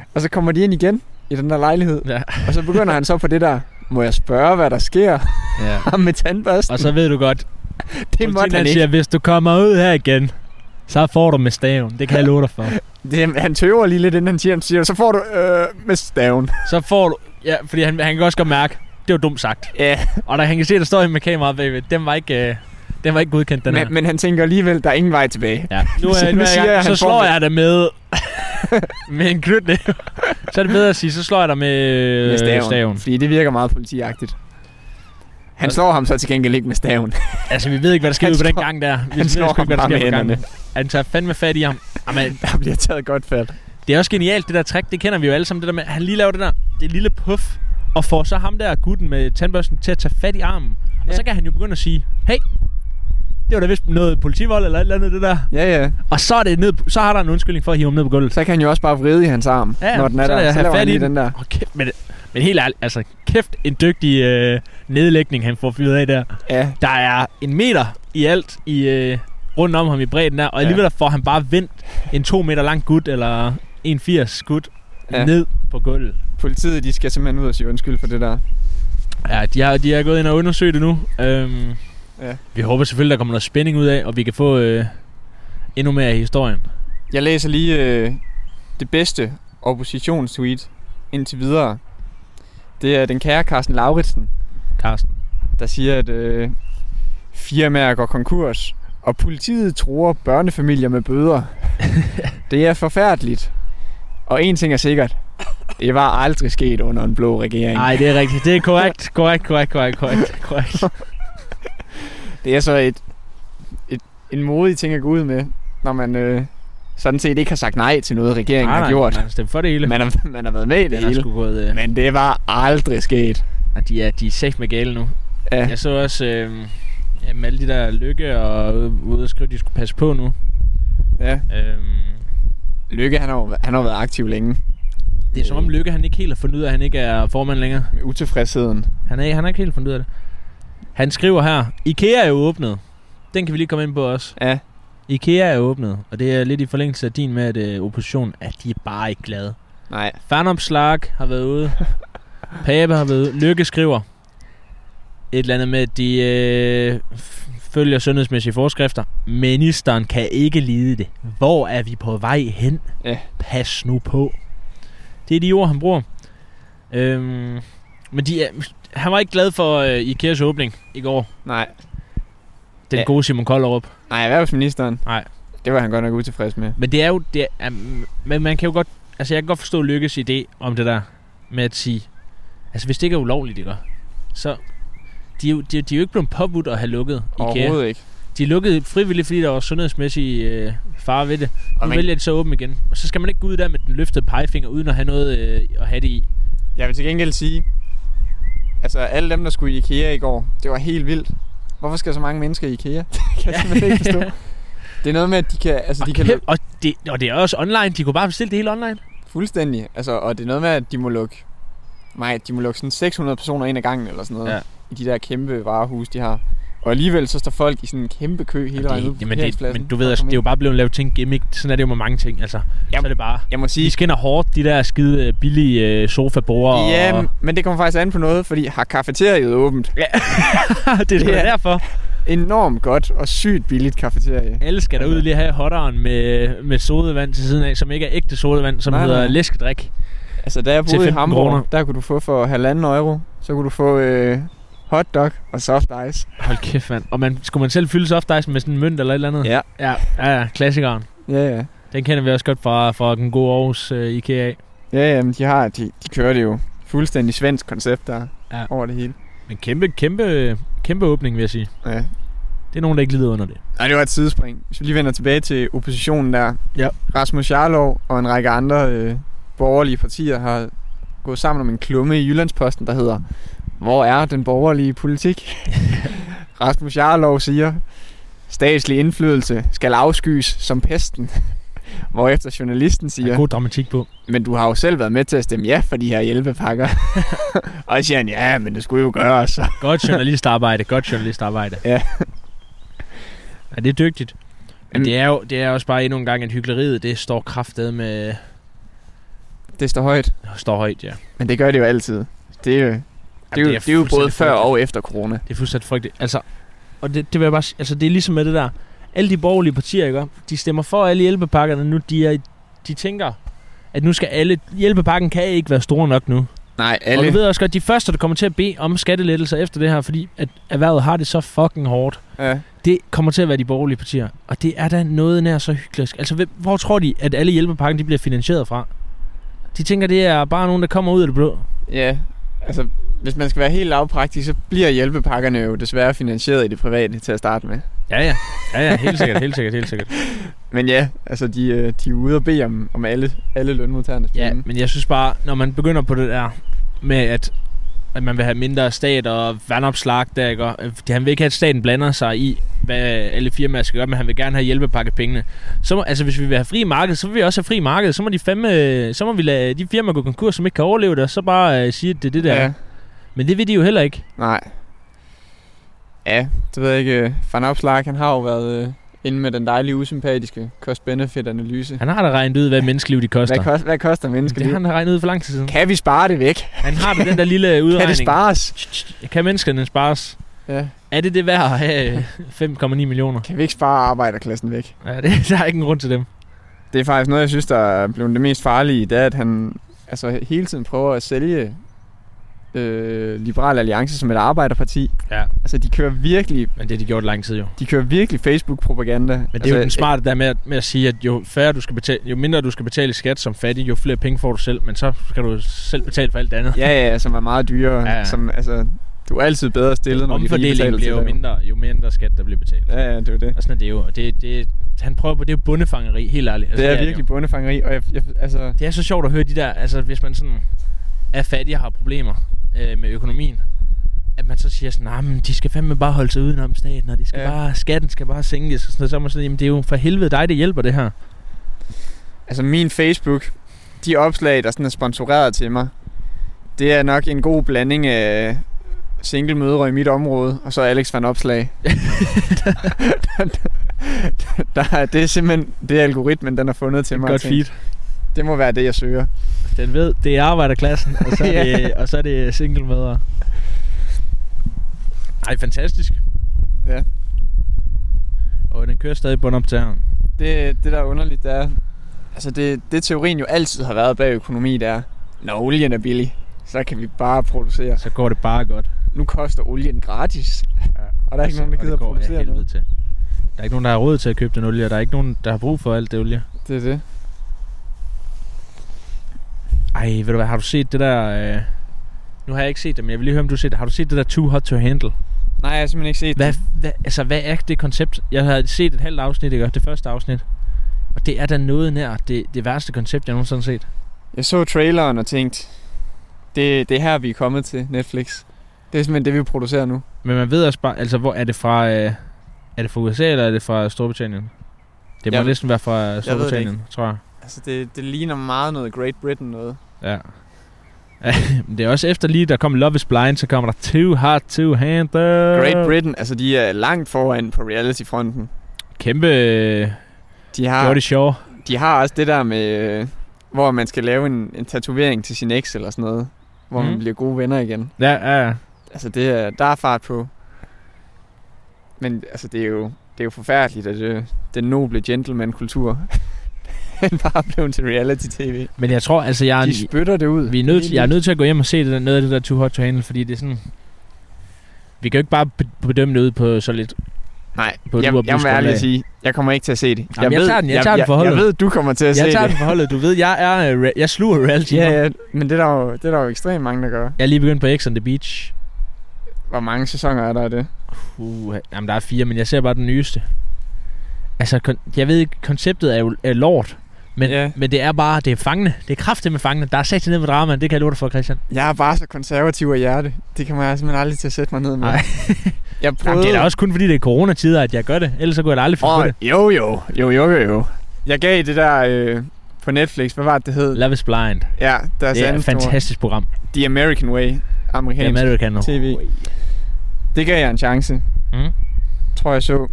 Speaker 3: og så kommer de ind igen i den der lejlighed.
Speaker 2: Ja.
Speaker 3: Og så begynder han så på det der, må jeg spørge, hvad der sker?
Speaker 2: ja.
Speaker 3: Ham med tandbørsten.
Speaker 2: Og så ved du godt,
Speaker 3: det måtte han
Speaker 2: Politimanden
Speaker 3: ikke.
Speaker 2: siger, hvis du kommer ud her igen, så får du med staven. Det kan jeg love dig for.
Speaker 3: Det, han tøver lige lidt, inden han siger, han siger så får du øh, med staven.
Speaker 2: Så får du... Ja, fordi han, han kan også godt mærke, det var dumt sagt.
Speaker 3: Ja,
Speaker 2: Og der, han kan se, at der står en med kameraet bagved. Den var ikke, øh, den var ikke godkendt, den her.
Speaker 3: men, men han tænker alligevel, der er ingen vej tilbage.
Speaker 2: Ja. Nu,
Speaker 3: Så
Speaker 2: er,
Speaker 3: nu
Speaker 2: nu er
Speaker 3: siger
Speaker 2: jeg, i
Speaker 3: jeg,
Speaker 2: gang. så
Speaker 3: han får
Speaker 2: slår
Speaker 3: med-
Speaker 2: jeg dig med... med en knytnæve. så er det bedre at sige, så slår jeg dig med, øh,
Speaker 3: med
Speaker 2: staven. staven.
Speaker 3: Fordi det virker meget politiagtigt. Han slår ham så til gengæld ikke med staven.
Speaker 2: Altså, vi ved ikke, hvad der sker
Speaker 3: Han
Speaker 2: ud på den
Speaker 3: slår-
Speaker 2: gang der. Vi ved
Speaker 3: Han slår
Speaker 2: sgu
Speaker 3: ham
Speaker 2: ikke, hvad der
Speaker 3: bare
Speaker 2: sker
Speaker 3: med
Speaker 2: på gangen.
Speaker 3: hænderne.
Speaker 2: Han tager fandme fat i ham. Jamen,
Speaker 3: Der bliver taget godt fat.
Speaker 2: Det er også genialt, det der trick, det kender vi jo alle sammen, det der med, at han lige laver det der, det lille puff, og får så ham der gutten med tandbørsten til at tage fat i armen. Ja.
Speaker 3: Ja.
Speaker 2: Og så kan han jo begynde at sige, hey, det var da vist noget politivold eller et eller andet det der.
Speaker 3: Ja, ja.
Speaker 2: Og så, er det ned, så har der en undskyldning for at hive ham ned på gulvet.
Speaker 3: Så kan han jo også bare vride i hans arm,
Speaker 2: Ja,
Speaker 3: ja, når den er
Speaker 2: så lad
Speaker 3: der.
Speaker 2: jeg
Speaker 3: Så
Speaker 2: have
Speaker 3: laver
Speaker 2: fat
Speaker 3: han
Speaker 2: i
Speaker 3: lige
Speaker 2: den.
Speaker 3: den der.
Speaker 2: Oh, kæft, men, men helt ærligt, altså kæft en dygtig øh, nedlægning, han får fyret af der.
Speaker 3: Ja,
Speaker 2: Der er en meter i alt i, øh, rundt om ham i bredden der, og
Speaker 3: Ja.
Speaker 2: alligevel der får han bare vendt en to meter lang gut, eller en 80 gut, ja.
Speaker 3: Ja.
Speaker 2: ned på gulvet.
Speaker 3: politiet de skal simpelthen ud og sige undskyld for det der.
Speaker 2: Ja, de har, de har gået ind og undersøgt det nu. Øhm,
Speaker 3: Ja.
Speaker 2: Vi håber selvfølgelig, der kommer noget spænding ud af, og vi kan få øh, endnu mere i historien.
Speaker 3: Jeg læser lige øh, det bedste oppositionstweet indtil videre. Det er den kære Carsten Lauritsen,
Speaker 2: Karsten.
Speaker 3: der siger, at øh, firmaer går konkurs, og politiet tror børnefamilier med bøder. det er forfærdeligt. Og en ting er sikkert. Det var aldrig sket under en blå regering.
Speaker 2: Nej, det er rigtigt. Det er korrekt. korrekt, korrekt, korrekt, korrekt, korrekt.
Speaker 3: Det er så et, et, en modig ting at gå ud med, når man øh, sådan set ikke har sagt nej til noget, regeringen
Speaker 2: Nej,
Speaker 3: har
Speaker 2: nej,
Speaker 3: gjort.
Speaker 2: Man har stemt for det hele.
Speaker 3: Man har, man har været med i det
Speaker 2: Den har
Speaker 3: hele.
Speaker 2: sgu gået... Øh,
Speaker 3: Men det var aldrig sket.
Speaker 2: og de er, de er safe med gale nu.
Speaker 3: Ja,
Speaker 2: Jeg så også... Øh, Jamen, alle de der lykke og ude- ude og skrive, de skulle passe på nu.
Speaker 3: ja.
Speaker 2: Øhm,
Speaker 3: Lykke, han har, jo- han har været aktiv længe
Speaker 2: det er som
Speaker 3: Øh.
Speaker 2: om Lykke, han ikke helt har fundet ud af, at han ikke er formand længere.
Speaker 3: med utilfredsheden.
Speaker 2: Han er, han er ikke helt fundet ud af det. Han skriver her, IKEA er jo åbnet. Den kan vi lige komme ind på også.
Speaker 3: Ja,
Speaker 2: IKEA er åbnet, og det er lidt i forlængelse af din med, at øh, oppositionen, at de er bare ikke glade.
Speaker 3: nej.
Speaker 2: Fernopslag har været ude. Pape har været ude. Lykke skriver et eller andet med, at de øh, f- følger sundhedsmæssige forskrifter. Ministeren kan ikke lide det. Hvor er vi på vej hen?
Speaker 3: Ja.
Speaker 2: Pas nu på. Det er de ord, han bruger. Øhm, men de er, han var ikke glad for øh, IKEA's åbning i går.
Speaker 3: Nej.
Speaker 2: Den ja.
Speaker 3: Ja.
Speaker 2: gode Simon Kolderup.
Speaker 3: Nej, erhvervsministeren.
Speaker 2: Nej.
Speaker 3: Det var han godt nok utilfreds med.
Speaker 2: Men det er jo... Det er, um, men man kan jo godt... Altså, jeg kan godt forstå Lykkes idé om det der med at sige... Altså, hvis det ikke er ulovligt, det gør, så... De er, jo, de, er- de er jo ikke blevet påbudt at have lukket IKEA.
Speaker 3: Overhovedet ikke.
Speaker 2: De er lukket frivilligt, fordi der var sundhedsmæssig øh, fare ved det. Nu
Speaker 3: Og man-
Speaker 2: vælger de så åbent igen. Og så skal man ikke gå ud der med den løftede pegefinger, uden at have noget øh, at have det i.
Speaker 3: Jeg vil til gengæld sige, altså alle dem, der skulle i IKEA i går, det var helt vildt. Hvorfor skal så mange mennesker i IKEA? Det kan jeg simpelthen ikke forstå. Det er noget med, at de kan... Altså,
Speaker 2: Og,
Speaker 3: de kan
Speaker 2: kæm- og, det, og det er også online. De kunne bare bestille det hele online.
Speaker 3: Fuldstændig. Altså, og det er noget med, at de må lukke... Nej, de må lukke sådan 600 personer ind ad gangen eller sådan noget.
Speaker 2: Ja.
Speaker 3: Ja. I de der kæmpe varehus, de har. Og alligevel så står folk i sådan en kæmpe kø hele
Speaker 2: Og
Speaker 3: vejen ud
Speaker 2: det,
Speaker 3: på
Speaker 2: jamen, det,
Speaker 3: parkeringspladsen
Speaker 2: men du
Speaker 3: for
Speaker 2: ved,
Speaker 3: at
Speaker 2: altså,
Speaker 3: komme
Speaker 2: det er jo
Speaker 3: ind.
Speaker 2: bare blevet lavet til en gimmick. Sådan er det jo med mange ting. Altså, så
Speaker 3: Jamen,
Speaker 2: er det bare...
Speaker 3: Jeg må sige...
Speaker 2: De skinner hårdt, de der skide øh, billige øh, sofaborer.
Speaker 3: Ja,
Speaker 2: og...
Speaker 3: men det kommer faktisk an på noget, fordi har kafeteriet åbent.
Speaker 2: det er sgu da
Speaker 3: Ja.
Speaker 2: derfor.
Speaker 3: Enormt godt og sygt billigt kafeterie.
Speaker 2: Alle skal derud lige have hotteren med, med sodavand til siden af, som ikke er ægte sodavand, som nej,
Speaker 3: Nej,
Speaker 2: hedder
Speaker 3: nej.
Speaker 2: læskedrik.
Speaker 3: Altså, da jeg
Speaker 2: Til
Speaker 3: boede i
Speaker 2: 15
Speaker 3: Hamburg,
Speaker 2: kroner.
Speaker 3: der kunne du få for halvanden euro, så kunne du få øh, hotdog og soft ice.
Speaker 2: Hold kæft, mand. Og man, skulle man selv fylde softicen med sådan en mønt eller et eller andet?
Speaker 3: Ja.
Speaker 2: Ja, ja, ja klassikeren.
Speaker 3: Ja, ja.
Speaker 2: Den kender vi også godt fra, fra den gode Aarhus øh, IKEA.
Speaker 3: Ja, ja, men de har, de, de kører det jo fuldstændig svensk koncept der
Speaker 2: Ja.
Speaker 3: ja. over det hele.
Speaker 2: Men kæmpe, kæmpe, kæmpe åbning, vil jeg sige.
Speaker 3: Ja.
Speaker 2: Det er nogen, der ikke lider under det.
Speaker 3: Nej, det var et sidespring. Hvis vi lige vender tilbage til oppositionen der.
Speaker 2: Ja.
Speaker 3: Rasmus Jarlov og en række andre øh, borgerlige partier har gået sammen om en klumme i Jyllandsposten, der hedder Hvor er den borgerlige politik? Rasmus Jarlov siger, statslig indflydelse skal afskyes som pesten. Hvorefter journalisten
Speaker 2: Der er
Speaker 3: siger,
Speaker 2: god dramatik på.
Speaker 3: men du har jo selv været med til at stemme ja for de her hjælpepakker. og så siger han, ja, men det skulle jo gøres.
Speaker 2: Godt journalistarbejde, godt journalistarbejde.
Speaker 3: Ja.
Speaker 2: Ja, det er dygtigt.
Speaker 3: Jamen-
Speaker 2: Men det er, jo, det er også bare endnu en gang, at hyggeleriet, det står kraftet med...
Speaker 3: Det står højt.
Speaker 2: står højt, ja. Jamen,
Speaker 3: Men det gør det jo altid. Det er jo, det er jo, det er jo både
Speaker 2: fuldstændig
Speaker 3: før
Speaker 2: frygteligt.
Speaker 3: og efter corona.
Speaker 2: Det er fuldstændig frygteligt. Altså, og det, det vil jeg bare sige, altså det er ligesom med det der, alle de borgerlige partier, ikke? de stemmer for alle hjælpepakkerne nu, de, er, de tænker, at nu skal alle, hjælpepakken kan ikke være stor nok nu.
Speaker 3: Nej,
Speaker 2: Alle. Og
Speaker 3: alle.
Speaker 2: du ved også godt, de første, der kommer til at bede om skattelettelser efter det her, fordi at erhvervet har det så fucking hårdt.
Speaker 3: Ja.
Speaker 2: Det kommer til at være de borgerlige partier, og det er da noget nær så hyggeligt. Altså, hvem- hvor tror de, at alle hjælpepakken de bliver finansieret fra? De tænker, det er bare nogen, der kommer ud af det blå.
Speaker 3: ja. Altså, hvis man skal være helt lavpraktisk, så bliver hjælpepakkerne jo desværre finansieret i det private til at starte med.
Speaker 2: Ja, ja. Ja, ja, helt sikkert, helt sikkert, helt sikkert.
Speaker 3: Men ja, altså de, øh, de er ude og bede om, om alle, alle lønmodtagernes
Speaker 2: Ja,
Speaker 3: penge.
Speaker 2: men jeg synes bare, når man begynder på det der med, at, at man vil have mindre stat og vandopslag, der, ikke? Og, øh, han vil ikke have, at staten blander sig i, hvad alle firmaer skal gøre, men han vil gerne have hjælpepakket pengene. Så må, altså, hvis vi vil have fri marked, så vil vi også have fri marked. Så må, de fem, øh, så må vi lade de firmaer gå konkurs, som ikke kan overleve det, og så bare øh, sige, at det er det der. Ja.
Speaker 3: ja.
Speaker 2: Men det vil de jo heller ikke.
Speaker 3: Nej. Ja, det ved jeg ikke. øh, Van Opslark, han har jo været øh, inde med den dejlige, usympatiske cost-benefit-analyse.
Speaker 2: Han har da regnet ud, hvad menneskeliv de koster.
Speaker 3: Hvad, kost, hvad koster mennesker?
Speaker 2: det har han da regnet ud for lang tid siden.
Speaker 3: Kan vi spare det væk?
Speaker 2: Han har da den der lille udregning.
Speaker 3: Kan det spares?
Speaker 2: spares? Kan menneskerne spares?
Speaker 3: Ja.
Speaker 2: Er det det værd at have øh, 5,9 millioner?
Speaker 3: Kan vi ikke spare arbejderklassen væk?
Speaker 2: Ja, det, der er ikke en grund til dem.
Speaker 3: Det er faktisk noget, jeg synes, der er blevet det mest farlige, det er, at han altså, hele tiden prøver at sælge øh, Liberal Alliance som et arbejderparti.
Speaker 2: Ja.
Speaker 3: Altså, de kører virkelig,
Speaker 2: Men det har de gjort lang tid jo.
Speaker 3: de kører virkelig Facebook-propaganda.
Speaker 2: Men det er
Speaker 3: altså,
Speaker 2: jo den smarte der med at, med at sige, at jo, færre du skal betale, jo mindre du skal betale i skat som fattig, jo flere penge får du selv, men så skal du selv betale for alt det andet.
Speaker 3: Ja, ja, som er meget dyrere.
Speaker 2: Ja,
Speaker 3: Ja,
Speaker 2: ja.
Speaker 3: ja. Som, altså, du er altid bedre stillet, når de rige
Speaker 2: Omfordelingen
Speaker 3: betaler
Speaker 2: bliver jo
Speaker 3: til dig.
Speaker 2: mindre, jo mindre skat der bliver betalt.
Speaker 3: Ja, ja, det er jo det.
Speaker 2: Og sådan er det jo. Og Det, det, han prøver på, det er jo bundefangeri, helt ærligt.
Speaker 3: Altså, det er
Speaker 2: jo.
Speaker 3: virkelig bondefangeri, og jeg, jeg, altså,
Speaker 2: Det er så sjovt at høre de der, altså hvis man sådan er fattig og har problemer øh, med økonomien, at man så siger sådan, nej, men de skal fandme bare holde sig udenom staten, og de skal ja.
Speaker 3: Ja.
Speaker 2: bare, skatten skal bare sænkes, og sådan noget. Så er man sådan, jamen det er jo for helvede dig, det hjælper det her.
Speaker 3: altså min Facebook, de opslag, der sådan er sponsoreret til mig, det er nok en god blanding af øh, single mødre i mit område, og så Alex van Opslag. der, er- det er simpelthen det er algoritmen, den har fundet til mig.
Speaker 2: Godt
Speaker 3: Jeg tænkte,
Speaker 2: feed.
Speaker 3: Det må være det, jeg søger.
Speaker 2: Den ved, det er arbejderklassen, og så er det,
Speaker 3: Ja.
Speaker 2: og så er det single mødre. Ej, fantastisk.
Speaker 3: Ja.
Speaker 2: Og den kører stadig på op til her.
Speaker 3: Det, det der er underligt, det er... Altså, det, det teorien jo altid har været bag økonomi, det er... Når olien er billig, så kan vi bare producere.
Speaker 2: Så går det bare godt.
Speaker 3: Nu koster olien gratis.
Speaker 2: Ja.
Speaker 3: Og der er ikke nogen, der
Speaker 2: Og det
Speaker 3: gider at
Speaker 2: går af
Speaker 3: producere
Speaker 2: helvede
Speaker 3: noget.
Speaker 2: Til. Der er ikke nogen, der har råd til at købe den olie, og der er ikke nogen, der har brug for alt det olie.
Speaker 3: Det er det.
Speaker 2: Ej, ved du hvad, har du set det der... Øh... Nu har jeg ikke set det, men jeg vil lige høre, om du har set det. Har du set det der Too Hot to Handle?
Speaker 3: Nej, jeg har simpelthen ikke set
Speaker 2: Hvad,
Speaker 3: det.
Speaker 2: hvad, altså, hvad er det koncept? Jeg har set et halvt afsnit, ikke? Det første afsnit. Og det er da noget nær det, det værste koncept, jeg nogensinde har set.
Speaker 3: Jeg så traileren og tænkte... Det, det er her, vi er kommet til Netflix. Det er simpelthen det, vi producerer nu.
Speaker 2: Men man ved også bare... Altså, hvor er det fra... Øh... Er det fra USA, eller er det fra Storbritannien? Det må
Speaker 3: Jeg-
Speaker 2: næsten være fra Storbritannien, tror jeg.
Speaker 3: Altså, det, det ligner meget noget Great Britain noget.
Speaker 2: Ja. Ja, men det er også efter lige, der kom Love is Blind, så kommer der Too Hot to Handle.
Speaker 3: Great Britain, altså de er langt foran på reality-fronten.
Speaker 2: Kæmpe øh,
Speaker 3: De har...
Speaker 2: Jordi Shaw.
Speaker 3: De har også det der med, øh, hvor man skal lave en, en tatovering til sin eks eller sådan noget. Hvor mm.
Speaker 2: Mm.
Speaker 3: man bliver gode venner igen.
Speaker 2: Ja, ja, ja.
Speaker 3: Altså, det er, der er fart på. Men altså, det er jo, det er jo forfærdeligt, at øh, den noble gentleman-kultur den bare er blevet til reality-tv.
Speaker 2: Men jeg tror, altså, jeg er,
Speaker 3: De spytter det ud.
Speaker 2: vi er nødt, jeg er nødt til at gå hjem og se det der, noget af det der Too Hot to Handle, fordi det er sådan... Vi kan jo ikke bare be- bedømme det ud på så lidt.
Speaker 3: Nej,
Speaker 2: på et
Speaker 3: jeg, jeg må
Speaker 2: uoplyst
Speaker 3: ærligt
Speaker 2: grundlag.
Speaker 3: sige, jeg kommer ikke til at se det.
Speaker 2: Jamen, jeg tager den, jeg tager den for
Speaker 3: jeg, jeg
Speaker 2: holdet.
Speaker 3: ved, du kommer til at se
Speaker 2: Jeg tager
Speaker 3: det.
Speaker 2: den forholdet. Du ved, jeg er... øh, re- Jeg sluger reality.
Speaker 3: Ja, ja, men det er, der jo, det er der jo ekstremt mange, der gør.
Speaker 2: Jeg er lige begyndt på X on the Beach.
Speaker 3: Hvor mange sæsoner er der af det?
Speaker 2: Uh, jamen, der er fire, men jeg ser bare den nyeste. Altså, kon- jeg ved ikke, konceptet er jo er lort. Men,
Speaker 3: Ja.
Speaker 2: men det er bare, det er fangende. Det er kraftigt med fangende. Der er sat ned med drama, det kan jeg love dig for, Christian.
Speaker 3: Jeg er bare så konservativ af hjerte. Det kommer jeg simpelthen aldrig til at sætte mig ned med.
Speaker 2: Nej.
Speaker 3: jeg prøvede...
Speaker 2: Jamen, det er da også kun fordi, det er coronatider, at jeg gør det. Ellers så kunne jeg da aldrig finde på
Speaker 3: Åh,
Speaker 2: det.
Speaker 3: jo, jo, jo, jo, jo, jo. Jeg gav det der øh, på Netflix, hvad var det, det hed?
Speaker 2: Love is Blind.
Speaker 3: ja, deres
Speaker 2: Det er
Speaker 3: anden
Speaker 2: et
Speaker 3: store.
Speaker 2: fantastisk program.
Speaker 3: The American Way,
Speaker 2: Ja,
Speaker 3: amerikansk.
Speaker 2: med du kan nu.
Speaker 3: TV. Det gav jeg en chance.
Speaker 2: Mm.
Speaker 3: Tror jeg så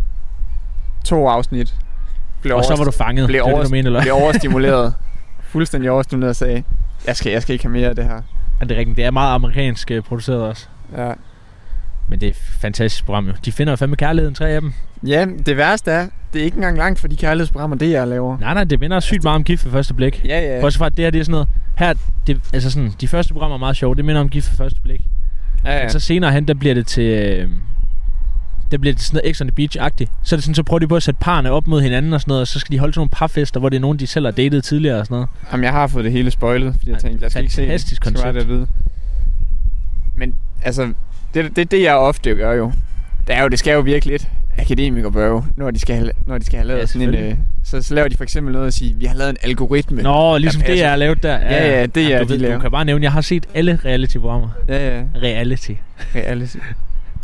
Speaker 3: to afsnit. Blev
Speaker 2: Og så
Speaker 3: overst-
Speaker 2: var du fanget.
Speaker 3: blev
Speaker 2: det er det,
Speaker 3: overst-
Speaker 2: du mener, eller?
Speaker 3: blev overstimuleret. Fuldstændig overstimuleret og sagde, jeg skal, jeg skal ikke have mere af det her.
Speaker 2: Ja, det er rigtigt. Det er meget amerikansk øh, produceret også.
Speaker 3: Ja.
Speaker 2: Men det er et fantastisk program jo. De finder jo fandme kærligheden, tre af dem.
Speaker 3: ja, det værste er, det er ikke engang langt for de kærlighedsprogrammer, det jeg laver.
Speaker 2: Nej, nej, det minder sygt meget om gift ved første blik.
Speaker 3: Ja, ja.
Speaker 2: Bortset fra, at det her, det er sådan noget... Her, det, altså sådan, de første programmer er meget sjove. Det minder om gift ved første blik.
Speaker 3: ja, ja.
Speaker 2: Men så senere hen, der bliver det til... Øh, der bliver det til sådan noget X on the Beach-agtigt. Så er det sådan, så prøver de på at sætte parerne op mod hinanden og sådan noget, og så skal de holde sådan nogle parfester, hvor det er nogen, de selv har datet tidligere og sådan noget.
Speaker 3: Jamen, jeg har fået det hele spoilet, fordi jeg
Speaker 2: Ej,
Speaker 3: tænkte, jeg skal ikke se det.
Speaker 2: fantastisk
Speaker 3: Skal bare
Speaker 2: koncept.
Speaker 3: det at vide. Men altså, det, det, er det jeg ofte gør jo, det er jo, det skal jo virke lidt akademikerbørge, når de skal have, når de skal have lavet
Speaker 2: Ja,
Speaker 3: ja, sådan en... Øh,
Speaker 2: selvfølgelig.
Speaker 3: så, så laver de for eksempel noget at sige, vi har lavet en algoritme.
Speaker 2: Nå, ligesom
Speaker 3: passer.
Speaker 2: det, jeg har lavet der.
Speaker 3: altså- Ja, ja, det er
Speaker 2: du,
Speaker 3: de laver.
Speaker 2: du kan bare nævne, jeg har set alle reality-programmer.
Speaker 3: Ja, ja.
Speaker 2: Reality.
Speaker 3: reality.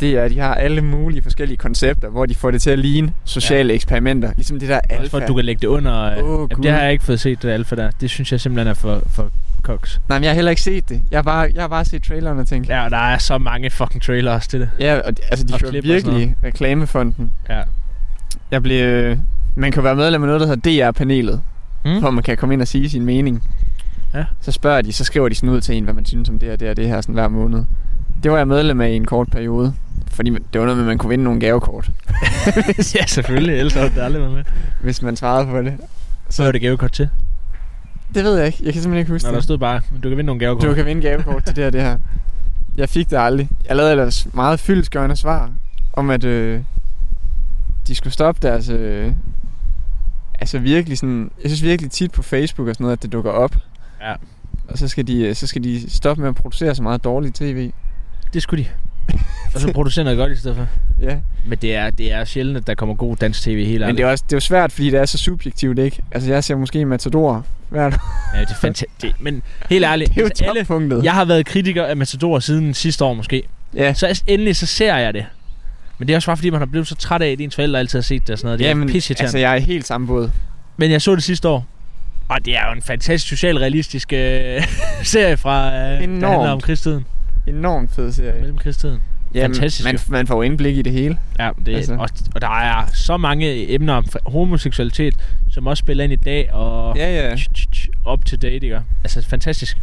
Speaker 3: Det er, at de har alle mulige forskellige koncepter, hvor de får det til at ligne sociale ja. eksperimenter. Ligesom det der
Speaker 2: Også for,
Speaker 3: alfa.
Speaker 2: at du kan lægge det under. øh,
Speaker 3: Åh,
Speaker 2: jamen,
Speaker 3: Gud.
Speaker 2: det har jeg ikke fået set, det alfa der. Det synes jeg simpelthen er for, for koks.
Speaker 3: Nej, men jeg har heller ikke set det. Jeg har bare, jeg har bare set traileren og tænkt. Ja,
Speaker 2: Ja, og der er så mange fucking trailers til det.
Speaker 3: ja og, de- altså de
Speaker 2: Og
Speaker 3: kører
Speaker 2: klip og sådan
Speaker 3: virkelig reklamefonden.
Speaker 2: Ja.
Speaker 3: Jeg blev, øh, man kan være medlem af noget, der hedder DR-panelet, mm. hvor man kan komme ind og sige sin mening.
Speaker 2: Ja.
Speaker 3: Så spørger de, så skriver de sådan ud til en, hvad man synes om det og det og det her sådan hver måned. Det var jeg medlem af i en kort periode. Fordi man- det var noget med, at man kunne vinde nogle gavekort,
Speaker 2: ja, selvfølgelig. Ellers har det aldrig været med.
Speaker 3: hvis man svarede på det.
Speaker 2: Så er det gavekort til.
Speaker 3: Det ved jeg ikke. Jeg kan simpelthen ikke huske
Speaker 2: Nå,
Speaker 3: det.
Speaker 2: der stod bare, du kan vinde nogle gavekort.
Speaker 3: Du kan vinde gavekort til det her, det her. Jeg fik det aldrig. Jeg lavede ellers meget fyldsgørende svar om, at øh, de skulle stoppe deres... Øh, altså virkelig sådan... Jeg synes virkelig tit på Facebook og sådan noget, at det dukker op.
Speaker 2: Ja.
Speaker 3: Og så skal, de, øh, så skal de stoppe med at producere så meget dårlig tv.
Speaker 2: Det skulle de. Og så producerer noget godt i stedet for.
Speaker 3: Ja.
Speaker 2: Men det er, det er sjældent, at der kommer god dansk tv hele
Speaker 3: Men det er, også, det er jo svært, fordi det er så subjektivt, ikke? Altså jeg ser måske Matador hvert år.
Speaker 2: Ja, det er fantastisk. Men helt ærligt,
Speaker 3: Det er jo
Speaker 2: altså, alle,
Speaker 3: toppunktet.
Speaker 2: jeg har været kritiker af Matador siden sidste år måske.
Speaker 3: ja.
Speaker 2: Så altså, endelig så ser jeg det. Men det er også bare fordi, man har blevet så træt af, at ens forældre altid har set det og sådan noget. Det er
Speaker 3: Jamen,
Speaker 2: pisse
Speaker 3: altså jeg er helt samme båd.
Speaker 2: Men jeg så det sidste år. Og det er jo en fantastisk socialrealistisk øh, serie fra, øh, der
Speaker 3: Enormt.
Speaker 2: handler om krigstiden.
Speaker 3: Enormt fed serie.
Speaker 2: Mellem krigstiden.
Speaker 3: Jamen,
Speaker 2: fantastisk,
Speaker 3: Man, man får jo indblik i det hele.
Speaker 2: Ja, det,
Speaker 3: Altså.
Speaker 2: altså. og, og, der er så mange emner om f- homoseksualitet, som også spiller ind i dag og
Speaker 3: Ja, ja.
Speaker 2: tch, tch, tch, up to date, ikke? Altså fantastisk.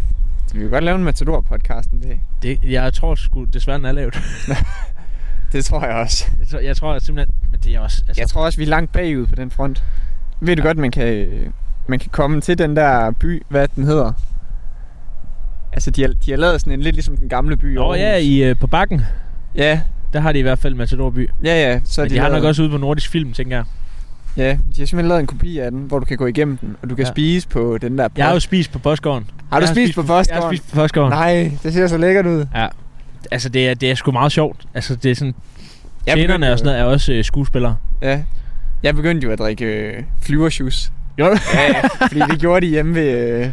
Speaker 3: Vi kan godt lave en Matador-podcast en dag.
Speaker 2: Det, jeg tror sgu desværre, den er lavet.
Speaker 3: Det tror jeg også.
Speaker 2: Jeg tror, jeg tror simpelthen, men det er også... Altså,
Speaker 3: Jeg tror også, vi er langt bagud på den front. Ved du godt, man kan, øh, man kan komme til den der by, hvad den hedder? Altså, de har, de har lavet sådan en lidt ligesom den gamle by.
Speaker 2: Nå
Speaker 3: Aarhus.
Speaker 2: ja, i, øh, på bakken,
Speaker 3: Ja,
Speaker 2: der har de i hvert fald Matador By.
Speaker 3: ja, ja. Så
Speaker 2: Men de, har nok også ude på Nordisk Film, tænker jeg.
Speaker 3: Ja, de har simpelthen lavet en kopi af den, hvor du kan gå igennem den, og du kan ja.
Speaker 2: Ja.
Speaker 3: spise på den der...
Speaker 2: Jeg har jo spist på Bosgården.
Speaker 3: har du
Speaker 2: jeg
Speaker 3: spist, på
Speaker 2: Jeg har
Speaker 3: Boston?
Speaker 2: spist på Bosgården.
Speaker 3: Nej, det ser så lækkert ud.
Speaker 2: Altså, det er, det er sgu meget sjovt. Altså, det er sådan...
Speaker 3: Jeg
Speaker 2: Tjenerne
Speaker 3: begyndte-
Speaker 2: og sådan noget er også øh, skuespillere.
Speaker 3: Ja. Jeg begyndte jo at drikke øh, flyvershus.
Speaker 2: Jo.
Speaker 3: Ja, ja, fordi det gjorde de hjemme ved... Øh,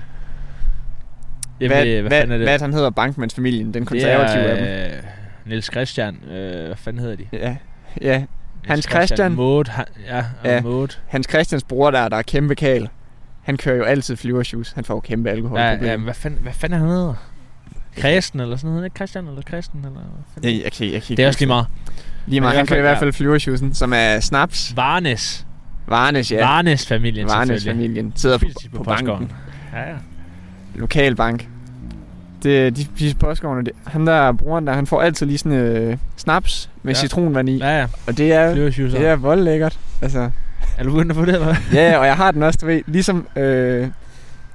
Speaker 2: Jamen, hvad, hvad, fanden er det? øh,
Speaker 3: hvad han hedder bankmandsfamilien, den konservative af dem.
Speaker 2: af dem. Niels Christian. Øh, hvad fanden hedder de?
Speaker 3: Ja. ja.
Speaker 2: Niels
Speaker 3: Hans Christian.
Speaker 2: Maud. Han, ja,
Speaker 3: Ja.
Speaker 2: ja. Maud.
Speaker 3: Hans Christians bror der, der er kæmpe kal. Han kører jo altid flyvershus. Han får jo kæmpe alkohol.
Speaker 2: Ja, ja, men hvad fanden, hvad fanden er han hedder? Kristen eller sådan noget. Ikke Christian eller Kristen eller hvad fanden?
Speaker 3: jeg, jeg, kan, jeg kan
Speaker 2: det er også lige meget.
Speaker 3: Lige meget. Han
Speaker 2: Men i hvert fald-
Speaker 3: kører i hvert
Speaker 2: ja.
Speaker 3: fald flyvershusen, som er snaps.
Speaker 2: Varnes.
Speaker 3: Varnes,
Speaker 2: Ja.
Speaker 3: ja.
Speaker 2: Varnes-familien
Speaker 3: Varnes
Speaker 2: selvfølgelig.
Speaker 3: familien sidder på,
Speaker 2: Fysisk
Speaker 3: på,
Speaker 2: Postgården.
Speaker 3: banken.
Speaker 2: Ja, ja.
Speaker 3: Lokal bank. Det, de spiser postgården, og det, han der broren der, han får altid lige sådan øh, snaps med ja.
Speaker 2: Ja.
Speaker 3: citronvand i.
Speaker 2: Ja, ja.
Speaker 3: Og det er,
Speaker 2: Flyvershusser.
Speaker 3: det er voldlækkert. Altså,
Speaker 2: Er du begyndt at få det, eller hvad?
Speaker 3: Ja, og jeg har den også, du ved, ligesom, øh,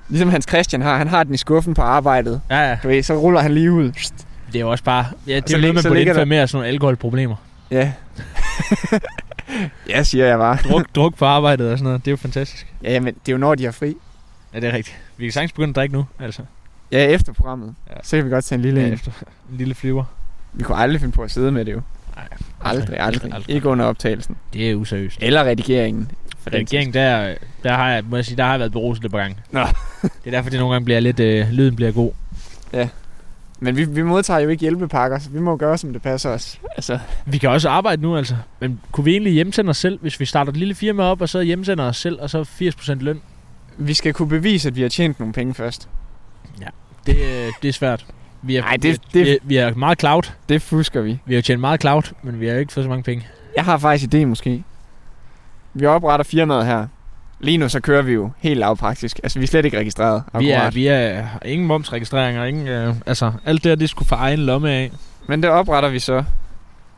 Speaker 3: ligesom Hans Christian har, han har den i skuffen på arbejdet.
Speaker 2: Ja, ja.
Speaker 3: Du ved, så ruller han lige ud. Pst.
Speaker 2: Det er jo også bare... Ja, det
Speaker 3: så
Speaker 2: er
Speaker 3: ligger-
Speaker 2: jo noget, man
Speaker 3: så
Speaker 2: burde
Speaker 3: ligger der-
Speaker 2: indføre mere af sådan nogle alkoholproblemer.
Speaker 3: Ja. ja, siger jeg bare.
Speaker 2: Druk, druk på arbejdet og sådan noget. Det er jo fantastisk.
Speaker 3: Ja, men det er jo når, de har fri.
Speaker 2: Ja, det er rigtigt. Vi kan sagtens begynde at drikke nu, altså.
Speaker 3: Ja, efter programmet. Ja.
Speaker 2: Ja.
Speaker 3: Så kan vi godt tage en lille
Speaker 2: Ja,
Speaker 3: ja. en.
Speaker 2: efter en lille flyver.
Speaker 3: Vi kunne aldrig finde på at sidde med det jo.
Speaker 2: Nej,
Speaker 3: Aldrig, aldrig. aldrig.
Speaker 2: aldrig.
Speaker 3: Ikke under optagelsen.
Speaker 2: Det er useriøst.
Speaker 3: Eller redigeringen. For den
Speaker 2: Regeringen, der, der har jeg, må jeg sige, der har jeg været beruset et par gange.
Speaker 3: Nå.
Speaker 2: Det er derfor, det nogle gange bliver lidt, øh, lyden bliver god.
Speaker 3: sags. Men vi, vi modtager jo ikke hjælpepakker, så vi må gøre, som det passer os. Altså,
Speaker 2: Vi kan også arbejde nu, altså. Men kunne vi egentlig hjemsende os selv, hvis vi starter et lille firma op, og så hjemsender os selv, og så 80% løn?
Speaker 3: vi skal kunne bevise, at vi har tjent nogle penge først.
Speaker 2: Det, øh, det er svært. Vi er,
Speaker 3: Nej, det-
Speaker 2: vi, er,
Speaker 3: det-
Speaker 2: vi, er, vi er meget cloud.
Speaker 3: Det fusker vi.
Speaker 2: Vi har jo tjent meget cloud, men vi har jo ikke fået så mange penge.
Speaker 3: Jeg har faktisk idé måske. Vi opretter firmaet her. Lige nu så kører vi jo helt lavpraktisk. Altså vi er slet ikke registreret.
Speaker 2: Vi er,
Speaker 3: akkurat.
Speaker 2: vi er har ingen momsregistreringer, ingen, øh, altså alt det her, det skulle fra egen lomme af.
Speaker 3: Men det opretter vi så.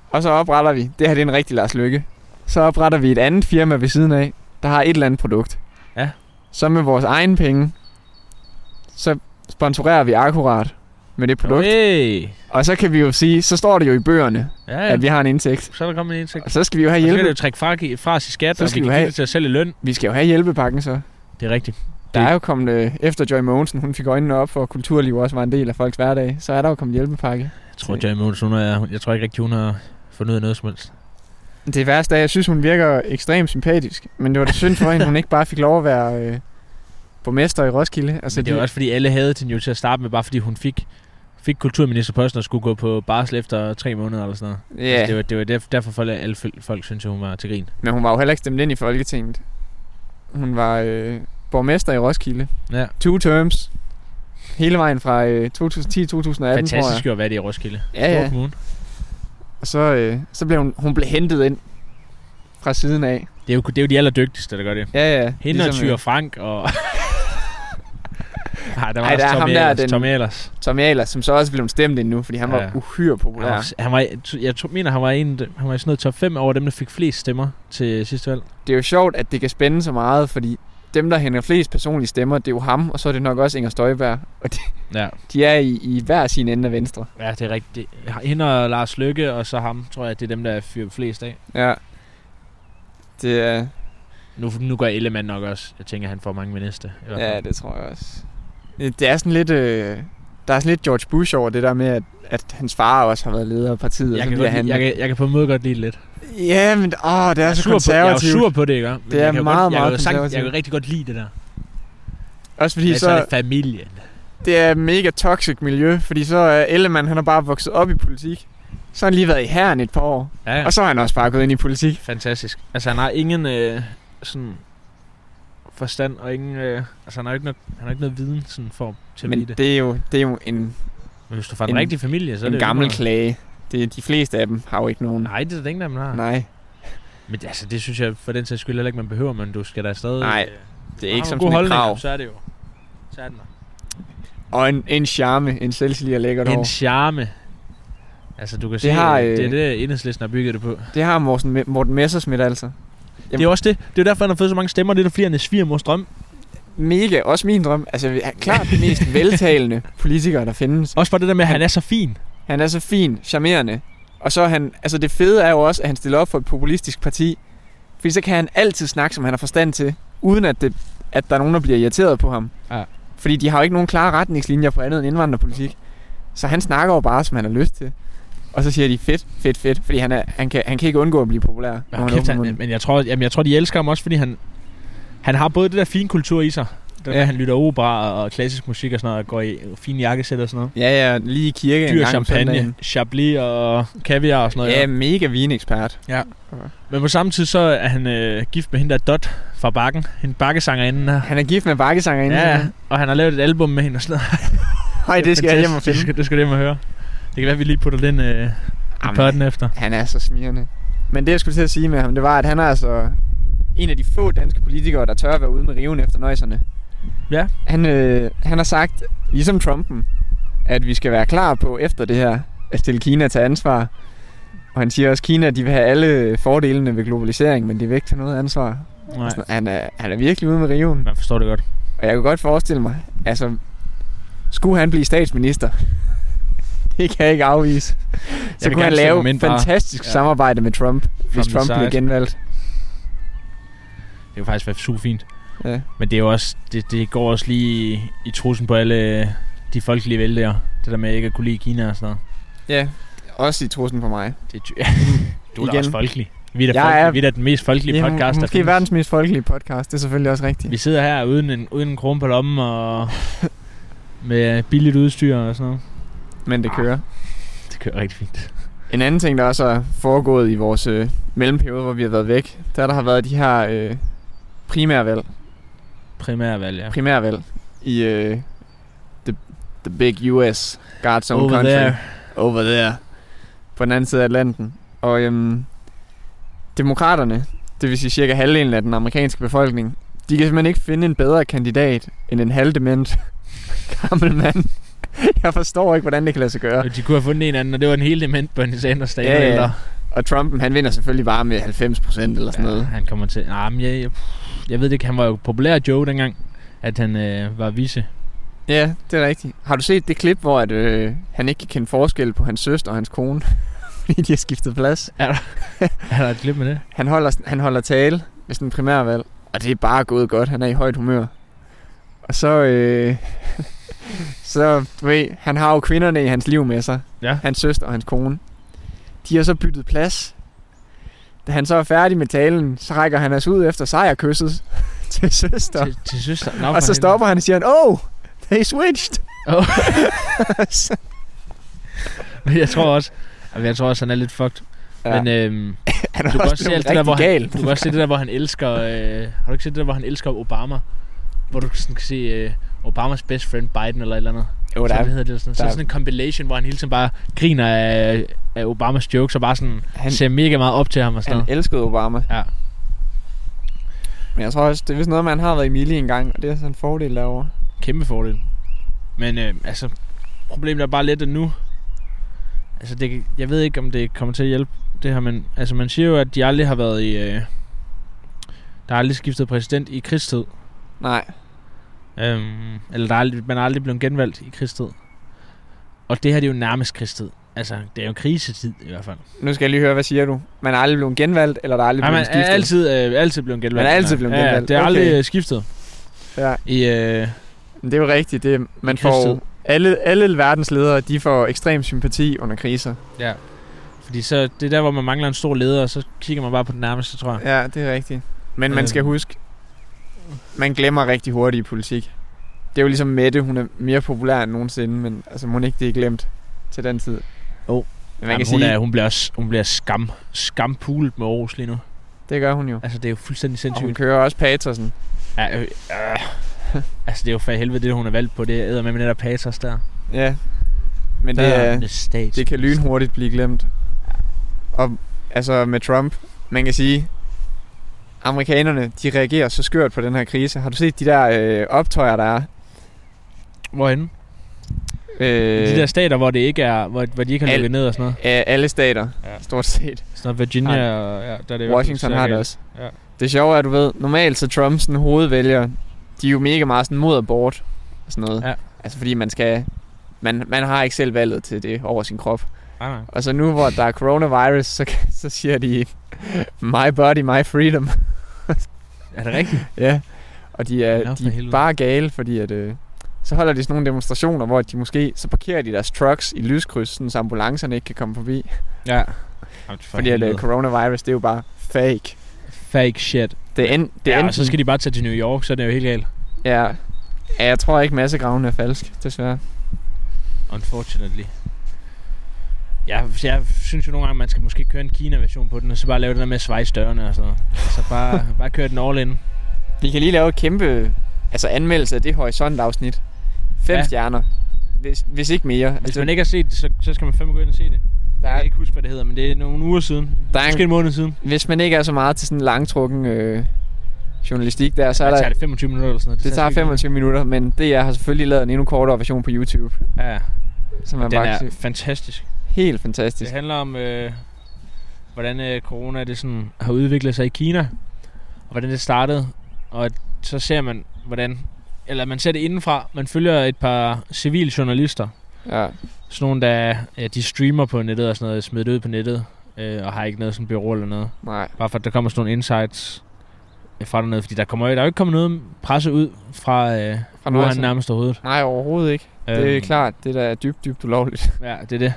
Speaker 3: Og så opretter vi, det her det er en rigtig Lars Lykke. Så opretter vi et andet firma ved siden af, der har et eller andet produkt.
Speaker 2: Ja.
Speaker 3: Så med vores egen penge, så sponsorerer vi akkurat med det produkt.
Speaker 2: Hey.
Speaker 3: Og så kan vi jo sige, så står det jo i bøgerne,
Speaker 2: Ja,
Speaker 3: ja.
Speaker 2: ja.
Speaker 3: at vi har en indtægt.
Speaker 2: Så er der kommet en indsigt.
Speaker 3: Og så skal vi jo have
Speaker 2: Og så kan det
Speaker 3: hjælpe.
Speaker 2: jo trække fra, fra os i skat,
Speaker 3: Så
Speaker 2: og
Speaker 3: skal
Speaker 2: vi
Speaker 3: du
Speaker 2: kan
Speaker 3: have-
Speaker 2: give det til os selv i løn.
Speaker 3: Vi skal jo have hjælpepakken så.
Speaker 2: Det er rigtigt.
Speaker 3: Der er jo kommet, øh, efter Joy Mogensen, hun fik øjnene op for, at kulturliv også var en del af folks hverdag, så er der jo kommet hjælpepakke.
Speaker 2: Jeg tror, Jerry Mogens, hun er, jeg tror ikke rigtig, hun har fundet ud af noget som helst.
Speaker 3: Det værste er, at jeg synes, hun virker ekstremt sympatisk, men det var da synd for hende, hun ikke bare fik lov at være øh, borgmester i Roskilde.
Speaker 2: Altså, det er jo også, fordi alle havde til jo til at starte med, bare fordi hun fik, fik kulturministerposten og skulle gå på barsel efter tre måneder eller sådan noget.
Speaker 3: ja,
Speaker 2: Altså,
Speaker 3: yeah,
Speaker 2: det var, det var derf- derfor, folk, alle fol- folk synes, at hun var til grin.
Speaker 3: men hun var jo heller ikke stemt ind i Folketinget. Hun var øh, borgmester i Roskilde.
Speaker 2: Ja,
Speaker 3: Two terms. Hele vejen fra øh, 2010-2018, tror jeg.
Speaker 2: fantastisk jo at være det i Roskilde.
Speaker 3: Ja,
Speaker 2: Stor
Speaker 3: ja.
Speaker 2: Kommune.
Speaker 3: Og så, øh, så blev hun, hun blev hentet ind fra siden af.
Speaker 2: Det, er jo, det er jo de allerdygtigste, der gør det.
Speaker 3: Ja, ja.
Speaker 2: Hende ligesom,
Speaker 3: øh,
Speaker 2: og Tyre Frank og... Nej, der var
Speaker 3: Ej,
Speaker 2: Ej, også
Speaker 3: der er
Speaker 2: Tom,
Speaker 3: ham der,
Speaker 2: Ehlers,
Speaker 3: den-
Speaker 2: Tom Ehlers.
Speaker 3: Tom Ehlers, som så også blev stemt ind nu, fordi han
Speaker 2: Ja,
Speaker 3: ja.
Speaker 2: ja.
Speaker 3: var uhyre
Speaker 2: Han
Speaker 3: populær.
Speaker 2: var, han var, jeg tror, mener, han var, en, han var i sådan noget top 5 over dem, der fik flest stemmer til sidste valg.
Speaker 3: Det er jo sjovt, at det kan spænde så meget, fordi dem, der hænger flest personlige stemmer, det er jo ham, og så er det nok også Inger Støjberg. Og de,
Speaker 2: Ja,
Speaker 3: de er i, i hver sin ende af venstre.
Speaker 2: ja det er rigtigt. Hende og Lars Lykke, og så ham, tror jeg, det er dem, der er fyr flest af.
Speaker 3: Ja. Det er...
Speaker 2: Nu, nu gør Ellemann nok også. Jeg tænker, han får mange med næste. I hvert fald.
Speaker 3: Ja, det tror jeg også. Det er sådan lidt... Øh, der er sådan lidt George Bush over det der med, at, at hans far også har været leder af partiet.
Speaker 2: jeg,
Speaker 3: og så
Speaker 2: kan
Speaker 3: bliver
Speaker 2: godt, han... jeg, kan, jeg kan på en måde godt lide det lidt.
Speaker 3: Ja, men åh, det er,
Speaker 2: jeg
Speaker 3: så
Speaker 2: sur på, jeg er jo
Speaker 3: Altså, konservativt.
Speaker 2: sur på det, ikke? Men
Speaker 3: Det er
Speaker 2: jeg kan jo
Speaker 3: meget,
Speaker 2: godt, jeg kan jo
Speaker 3: meget
Speaker 2: sagt- Jeg
Speaker 3: konservativt.
Speaker 2: kan jo rigtig godt lide det der.
Speaker 3: Også fordi
Speaker 2: Men så er
Speaker 3: så,
Speaker 2: det familien.
Speaker 3: det er mega toxic miljø, fordi så er Ellemann, han har bare vokset op i politik. Så har han lige været i herren et par år,
Speaker 2: Ja, ja.
Speaker 3: og så er han også bare gået ind i politik.
Speaker 2: Fantastisk. Altså, han har ingen øh, sådan forstand og ingen... Øh, altså, han har jo ikke, noget, han har ikke noget viden sådan, for til at
Speaker 3: Men
Speaker 2: blive det.
Speaker 3: det er jo, det er jo en,
Speaker 2: Men hvis du får en,
Speaker 3: en-
Speaker 2: rigtig familie, så er
Speaker 3: en
Speaker 2: det jo
Speaker 3: gammel
Speaker 2: lige meget. Ah.
Speaker 3: klage. Det, er- de fleste af dem har jo ikke nogen.
Speaker 2: Nej, det er det ikke, der man har. Nej.
Speaker 3: Nej,
Speaker 2: Men det- altså, det synes jeg for den sags skyld heller ikke, man behøver, men du skal da stadig...
Speaker 3: Nej,
Speaker 2: øh,
Speaker 3: det er
Speaker 2: har
Speaker 3: ikke som
Speaker 2: nogle
Speaker 3: sådan
Speaker 2: gode
Speaker 3: et krav.
Speaker 2: holdninger, Så er det jo. Så er den der.
Speaker 3: Og en, en charme, en selvtillid og lækkert
Speaker 2: En
Speaker 3: hår.
Speaker 2: charme. Altså, du kan det se,
Speaker 3: har,
Speaker 2: har, øh...
Speaker 3: øh,
Speaker 2: det er det, enhedslisten har bygget det på. Jamen.
Speaker 3: Det har Morten, Me- Morten Messerschmidt altså.
Speaker 2: Det er jo også det. Det er jo derfor, han har fået så mange stemmer. Det er da, fordi, han er svigermors drøm.
Speaker 3: Mega, også min drøm. Altså, han er klart den mest veltalende politiker, der findes.
Speaker 2: Også for det der med, at han er så fin.
Speaker 3: Han er så fin, charmerende. Og så er han, altså det fede er jo også, at han stiller op for et populistisk parti. Fordi så kan han altid snakke, som han har forstand til, uden at, det, at der er nogen, der bliver irriteret på ham.
Speaker 2: Ja.
Speaker 3: Fordi de har jo ikke nogen klare retningslinjer på andet end indvandrerpolitik. Så han snakker jo bare, som han har lyst til. Og så siger de fedt, fedt, fedt. Fordi han, er, han, kan, han kan ikke undgå at blive populær. når
Speaker 2: Men,
Speaker 3: han
Speaker 2: kæft,
Speaker 3: åbner
Speaker 2: han,
Speaker 3: munden.
Speaker 2: men jeg, tror, jamen, jeg tror, de elsker ham også, fordi han, han har både det der fine kultur i sig. Det der,
Speaker 3: Ja.
Speaker 2: ja. han lytter opera og klassisk musik og sådan noget, og går i fine jakkesæt og sådan noget.
Speaker 3: Ja, ja, lige i kirke en
Speaker 2: Dyr
Speaker 3: gang om
Speaker 2: champagne,
Speaker 3: søndagen.
Speaker 2: chablis og kaviar og sådan noget.
Speaker 3: Ja, mega vinekspert.
Speaker 2: Men på samme tid så er han øh, gift med hende der Dot fra Bakken. En bakkesangerinde. her.
Speaker 3: Han er gift med bakkesanger inden.
Speaker 2: Ja, ja, og han har lavet et album med hende og sådan noget.
Speaker 3: Høj, det skal jeg hjem og
Speaker 2: Fantastisk. Det
Speaker 3: finde.
Speaker 2: skal, det skal jeg hjem og høre. Det kan være, at vi lige putter den øh, i
Speaker 3: Jamen.
Speaker 2: potten efter.
Speaker 3: Han er så smirrende. Men det, jeg skulle til at sige med ham, det var, at han er altså en af de få danske politikere, der tør at være ude med riven efter nøjserne.
Speaker 2: Ja.
Speaker 3: Han, øh, han har sagt, ligesom Trumpen, at vi skal være klar på efter det her, at stille Kina til ansvar. Og han siger også, at Kina de vil have alle fordelene ved globalisering, men de vil ikke tage noget ansvar.
Speaker 2: Nej,
Speaker 3: Sådan, Han er, han er virkelig ude med riven.
Speaker 2: man forstår det godt.
Speaker 3: Og jeg kunne godt forestille mig, altså, skulle han blive statsminister? det kan jeg ikke afvise. Så
Speaker 2: vil
Speaker 3: kunne han
Speaker 2: gerne stemme ham
Speaker 3: lave
Speaker 2: ind
Speaker 3: et
Speaker 2: bare.
Speaker 3: fantastisk
Speaker 2: Ja.
Speaker 3: ja. samarbejde med Trump, hvis
Speaker 2: the
Speaker 3: Trump
Speaker 2: side.
Speaker 3: blev genvalgt.
Speaker 2: Det vil faktisk være super fint.
Speaker 3: Ja.
Speaker 2: Men det er jo også, det, det går også lige i, i trusen på alle øh, de folkelige vælgere. Det der med ikke at kunne lide Kina og sådan noget.
Speaker 3: Ja, også i trussen for mig.
Speaker 2: Det er, ty- du er da
Speaker 3: Igen.
Speaker 2: også folkelig. Vi er da,
Speaker 3: Jeg
Speaker 2: folkelige.
Speaker 3: er-
Speaker 2: Vi er da den mest folkelige
Speaker 3: Ja,
Speaker 2: podcast, der
Speaker 3: måske
Speaker 2: findes.
Speaker 3: verdens mest folkelige podcast, det er selvfølgelig også rigtigt.
Speaker 2: Vi sidder her uden en, uden en krone på lommen og med billigt udstyr og sådan noget.
Speaker 3: Men det kører.
Speaker 2: Det kører rigtig fint.
Speaker 3: Ah. En anden ting, der også er foregået i vores øh, mellemperiode, hvor vi har været væk, det er, der har været de her øh, primærvalg,
Speaker 2: Primærvalg, ja.
Speaker 3: primærvalg i øh, the, the big US God's own
Speaker 2: Over
Speaker 3: country.
Speaker 2: there.
Speaker 3: over there. På den anden side af Atlanten. Og øhm, demokraterne, det vil sige cirka halvdelen af den amerikanske befolkning, de kan simpelthen ikke finde en bedre kandidat end en halvdement gammel mand. Jeg forstår ikke, hvordan det kan lade sig gøre.
Speaker 2: De kunne have fundet en anden, og det var en helt dement Bernie Sanders, der
Speaker 3: Ja, ja.
Speaker 2: ja, ja.
Speaker 3: Og Trumpen, han vinder selvfølgelig bare med 90 procent eller sådan noget.
Speaker 2: han kommer til... Nej, men jeg, jeg, jeg ved det ikke. Han var jo populær Joe dengang, at han øh, var vice.
Speaker 3: Ja, det er rigtigt. Har du set det klip, hvor at, øh, han ikke kan kende forskel på hans søster og hans kone? Fordi de har skiftet plads.
Speaker 2: Er der et klip med det?
Speaker 3: Han holder, han holder tale ved sådan en primærvalg, og det er bare gået godt. Han er i højt humør. Og så, øh, så du ved, han har jo kvinderne i hans liv med sig.
Speaker 2: Ja.
Speaker 3: Hans søster og hans kone. De har så byttet plads. Da han så er færdig med talen, så rækker han altså ud efter sejrkysset til søster.
Speaker 2: Til, til søster. Nå, for
Speaker 3: Og så
Speaker 2: helvede.
Speaker 3: stopper han og siger, han, oh, they switched.
Speaker 2: Åh.
Speaker 3: Så-
Speaker 2: jeg tror også, Jamen, jeg tror også, han er lidt fucked. Ja.
Speaker 3: Ja.
Speaker 2: Men øhm,
Speaker 3: han er
Speaker 2: du kan også
Speaker 3: også
Speaker 2: se alt
Speaker 3: blevet
Speaker 2: det der, hvor
Speaker 3: rigtig
Speaker 2: han,
Speaker 3: gal.
Speaker 2: du kan også se det der, hvor han elsker... Øh, har du ikke set det der, hvor han elsker Obama? Hvor du sådan kan se øh, Obamas best friend Biden eller et eller andet.
Speaker 3: Jo, der
Speaker 2: så, hvad
Speaker 3: er,
Speaker 2: hedder det, sådan, noget.
Speaker 3: der
Speaker 2: så er der
Speaker 3: er-
Speaker 2: sådan en compilation, hvor han hele tiden bare griner af, af Obamas jokes og bare sådan
Speaker 3: han,
Speaker 2: ser mega meget op til ham og sådan
Speaker 3: han
Speaker 2: noget.
Speaker 3: elskede Obama.
Speaker 2: Ja.
Speaker 3: Men jeg tror også, det er vist noget, man har været i Mili engang, og det er sådan en fordel derovre.
Speaker 2: Kæmpe fordel. Men øh, altså, problemet er bare lidt, at nu... Altså, det, jeg ved ikke, om det kommer til at hjælpe det her, men altså, man siger jo, at de aldrig har været i... Øh, der er aldrig skiftet præsident i krigstid.
Speaker 3: Nej,
Speaker 2: Øhm, eller der er aldrig, man er aldrig blevet genvalgt i krigstid. Og det her, det er jo nærmest krigstid. Altså, det er jo krisetid i hvert fald.
Speaker 3: nu skal jeg lige høre, hvad siger du? Man er aldrig blevet genvalgt, eller der er aldrig
Speaker 2: Nej,
Speaker 3: blevet
Speaker 2: man er
Speaker 3: skiftet?
Speaker 2: altid, øh, altid blevet genvalgt.
Speaker 3: Man er altid blevet
Speaker 2: ja,
Speaker 3: genvalgt.
Speaker 2: Ja, det er
Speaker 3: Okay.
Speaker 2: aldrig øh, skiftet.
Speaker 3: Ja.
Speaker 2: I, øh,
Speaker 3: Men Det er jo rigtigt. Det, man
Speaker 2: Krigstid.
Speaker 3: får alle, alle verdens ledere, de får ekstrem sympati under kriser.
Speaker 2: fordi så, det er der, hvor man mangler en stor leder, og så kigger man bare på den nærmeste, tror jeg.
Speaker 3: Ja, det er rigtigt. Men man
Speaker 2: Øh.
Speaker 3: skal huske, man glemmer rigtig hurtigt i politik. Det er jo ligesom Mette, hun er mere populær end nogensinde, men altså, må ikke det er glemt til den tid.
Speaker 2: Jo.
Speaker 3: Men man
Speaker 2: Jamen,
Speaker 3: kan
Speaker 2: hun,
Speaker 3: sige,
Speaker 2: er, hun bliver, også- hun bliver skam, skampulet med Aarhus lige nu.
Speaker 3: det gør hun jo.
Speaker 2: Altså, det er jo fuldstændig
Speaker 3: Og hun
Speaker 2: sindssygt.
Speaker 3: kører også Patersen.
Speaker 2: Ja, øh, øh. altså, det er jo for helvede det, hun er valgt på. Det er med med den der patos der.
Speaker 3: Ja. Men
Speaker 2: der
Speaker 3: det,
Speaker 2: er
Speaker 3: er,
Speaker 2: det, stats.
Speaker 3: det kan lynhurtigt blive glemt. Og altså med Trump, man kan sige, amerikanerne, de reagerer så skørt på den her krise. Har du set de der øh, optøjer, der er?
Speaker 2: Hvorhenne?
Speaker 3: Øh,
Speaker 2: De der stater, hvor det ikke er, hvor, hvor de ikke har
Speaker 3: Al-
Speaker 2: lukket ned og sådan noget.
Speaker 3: af alle stater,
Speaker 2: Ja.
Speaker 3: ja. stort set.
Speaker 2: Sådan noget Virginia
Speaker 3: Nej.
Speaker 2: og ja, der er det i hvert fald
Speaker 3: Washington
Speaker 2: cirka-
Speaker 3: har det også.
Speaker 2: Ja.
Speaker 3: Det sjove er, du ved, normalt så Trumps sådan, hovedvælgere, de er jo mega meget sådan mod abort og sådan noget.
Speaker 2: Ja.
Speaker 3: Altså fordi man skal, man, man har ikke selv valget til det over sin krop.
Speaker 2: Nej, nej.
Speaker 3: Og så Altså, nu hvor der er coronavirus, så, så siger de, my body, my freedom.
Speaker 2: Er det rigtigt?
Speaker 3: ja. Og de
Speaker 2: Nå, for
Speaker 3: er, de
Speaker 2: helvede.
Speaker 3: er bare gale, fordi at, øh, så holder de sådan nogle demonstrationer, hvor de måske, så parkerer de deres trucks i lyskryds, sådan, så ambulancerne ikke kan komme forbi.
Speaker 2: Ja. Jamen, for
Speaker 3: fordi at, øh,
Speaker 2: helvede.
Speaker 3: coronavirus, det er jo bare fake.
Speaker 2: Fake shit.
Speaker 3: Det er, en, det er
Speaker 2: Ja, altså-
Speaker 3: enten,
Speaker 2: og så skal de bare tage til New York, så er det jo helt galt.
Speaker 3: Ja. ja, jeg tror ikke massegraven er falsk, desværre.
Speaker 2: Unfortunately. Ja, jeg synes jo nogle gange, man skal måske køre en Kina-version på den, og så bare lave det der med at svejse dørene og sådan noget. Så bare, bare køre den all in.
Speaker 3: Vi kan lige lave et kæmpe altså anmeldelse af det horisontafsnit. Fem
Speaker 2: Ja.
Speaker 3: ja. stjerner, hvis, hvis ikke mere.
Speaker 2: Hvis
Speaker 3: altså,
Speaker 2: man ikke har set det, så, så skal man fandme gå ind og se det.
Speaker 3: der
Speaker 2: Jeg
Speaker 3: er,
Speaker 2: kan ikke huske, hvad det hedder, men det er nogle uger siden.
Speaker 3: Der er en-
Speaker 2: Måske en måned siden.
Speaker 3: hvis man ikke er så meget til sådan en langtrukken øh, journalistik der, så er
Speaker 2: Hvad tager
Speaker 3: der,
Speaker 2: det 25 minutter eller sådan noget.
Speaker 3: det tager
Speaker 2: sgu ikke-
Speaker 3: 25 minutter, men DR har selvfølgelig lavet en endnu kortere version på YouTube,
Speaker 2: Ja,
Speaker 3: som man
Speaker 2: den
Speaker 3: bare
Speaker 2: er
Speaker 3: kan se.
Speaker 2: fantastisk.
Speaker 3: helt
Speaker 2: Det
Speaker 3: fantastisk.
Speaker 2: handler om, øh, hvordan øh, corona det sådan, har udviklet sig i Kina, og hvordan det startede. Og at- så ser man, hvordan... Eller man ser det indenfra. Man følger et par civiljournalister,
Speaker 3: Ja.
Speaker 2: sådan nogle, der ja, de streamer på nettet og sådan noget, smider det ud på nettet, øh, og har ikke noget sådan bureau eller noget.
Speaker 3: Nej,
Speaker 2: Bare for, at der kommer sådan nogle insights øh, fra dernede, fordi der, kommer, jo- der er jo ikke kommet noget presse ud fra,
Speaker 3: fra
Speaker 2: øh, nu han
Speaker 3: Nordsjælland.
Speaker 2: nærmest overhovedet.
Speaker 3: Nej, overhovedet ikke. Det er
Speaker 2: Øhm,
Speaker 3: klart, det der er dybt, dybt ulovligt.
Speaker 2: Ja, det er det.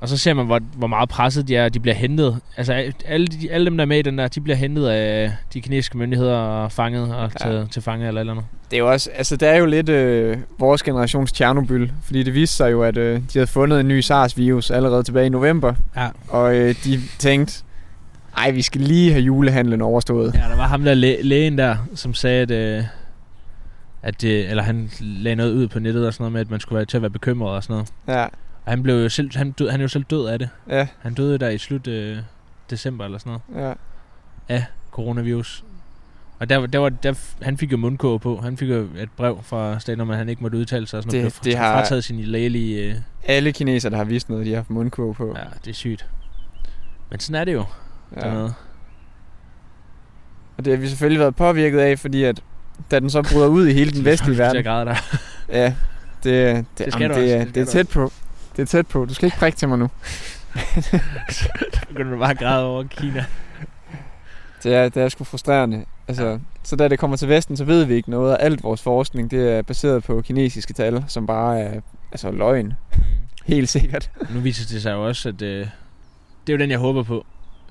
Speaker 2: Og så ser man, hvor, hvor meget presset de er, og de bliver hentet. Altså al- alle, de, alle dem, der er med i den der, de bliver hentet af de kinesiske myndigheder og fanget og ja.
Speaker 3: Ja.
Speaker 2: til, til fange eller et eller andet.
Speaker 3: Det er jo også, altså det er jo lidt øh, vores generations Tjernobyl, fordi det viste sig jo, at øh, de havde fundet en ny SARS-virus allerede tilbage i november,
Speaker 2: Ja.
Speaker 3: og øh, de tænkte, ej, vi skal lige have julehandlen overstået.
Speaker 2: Ja, der var ham der læ- lægen der, som sagde, at, øh, at det, eller han lagde noget ud på nettet og sådan noget med, at man skulle være til at være bekymret og sådan noget.
Speaker 3: Ja,
Speaker 2: Og han blev jo selv, han, død, han er jo selv død af det.
Speaker 3: ja,
Speaker 2: Han døde der i slut øh, december eller sådan noget.
Speaker 3: ja.
Speaker 2: Coronavirus. Og der, der var, der, f- han fik jo mundkåb på. Han fik jo et brev fra staten om, at han ikke måtte udtale sig. Og sådan
Speaker 3: Det-
Speaker 2: noget. Blev
Speaker 3: det
Speaker 2: fr-
Speaker 3: har-
Speaker 2: frataget sin lægelige... Øh,
Speaker 3: Alle kinesere, der har vist noget, de har haft mundkurv på.
Speaker 2: Ja, det er sygt. Men sådan er det jo. Ja.
Speaker 3: Og det har vi selvfølgelig været påvirket af, fordi at da den så bryder ud i hele den vestlige verden,
Speaker 2: Jeg der.
Speaker 3: ja, det, det,
Speaker 2: Det skal
Speaker 3: jamen,
Speaker 2: du
Speaker 3: det,
Speaker 2: også,
Speaker 3: er-
Speaker 2: det
Speaker 3: det
Speaker 2: skal
Speaker 3: er tæt
Speaker 2: du
Speaker 3: på. Det er tæt på. Du skal ikke prikke til mig nu.
Speaker 2: Så begynder du bare at græde over Kina.
Speaker 3: Det er, det er sgu frustrerende. Altså, ja. Så da det kommer til Vesten, så ved vi ikke noget, og alt vores forskning det er baseret på kinesiske tal, som bare er altså, løgn. Helt sikkert.
Speaker 2: Nu viser det sig jo også, at øh, det er jo den, jeg håber på,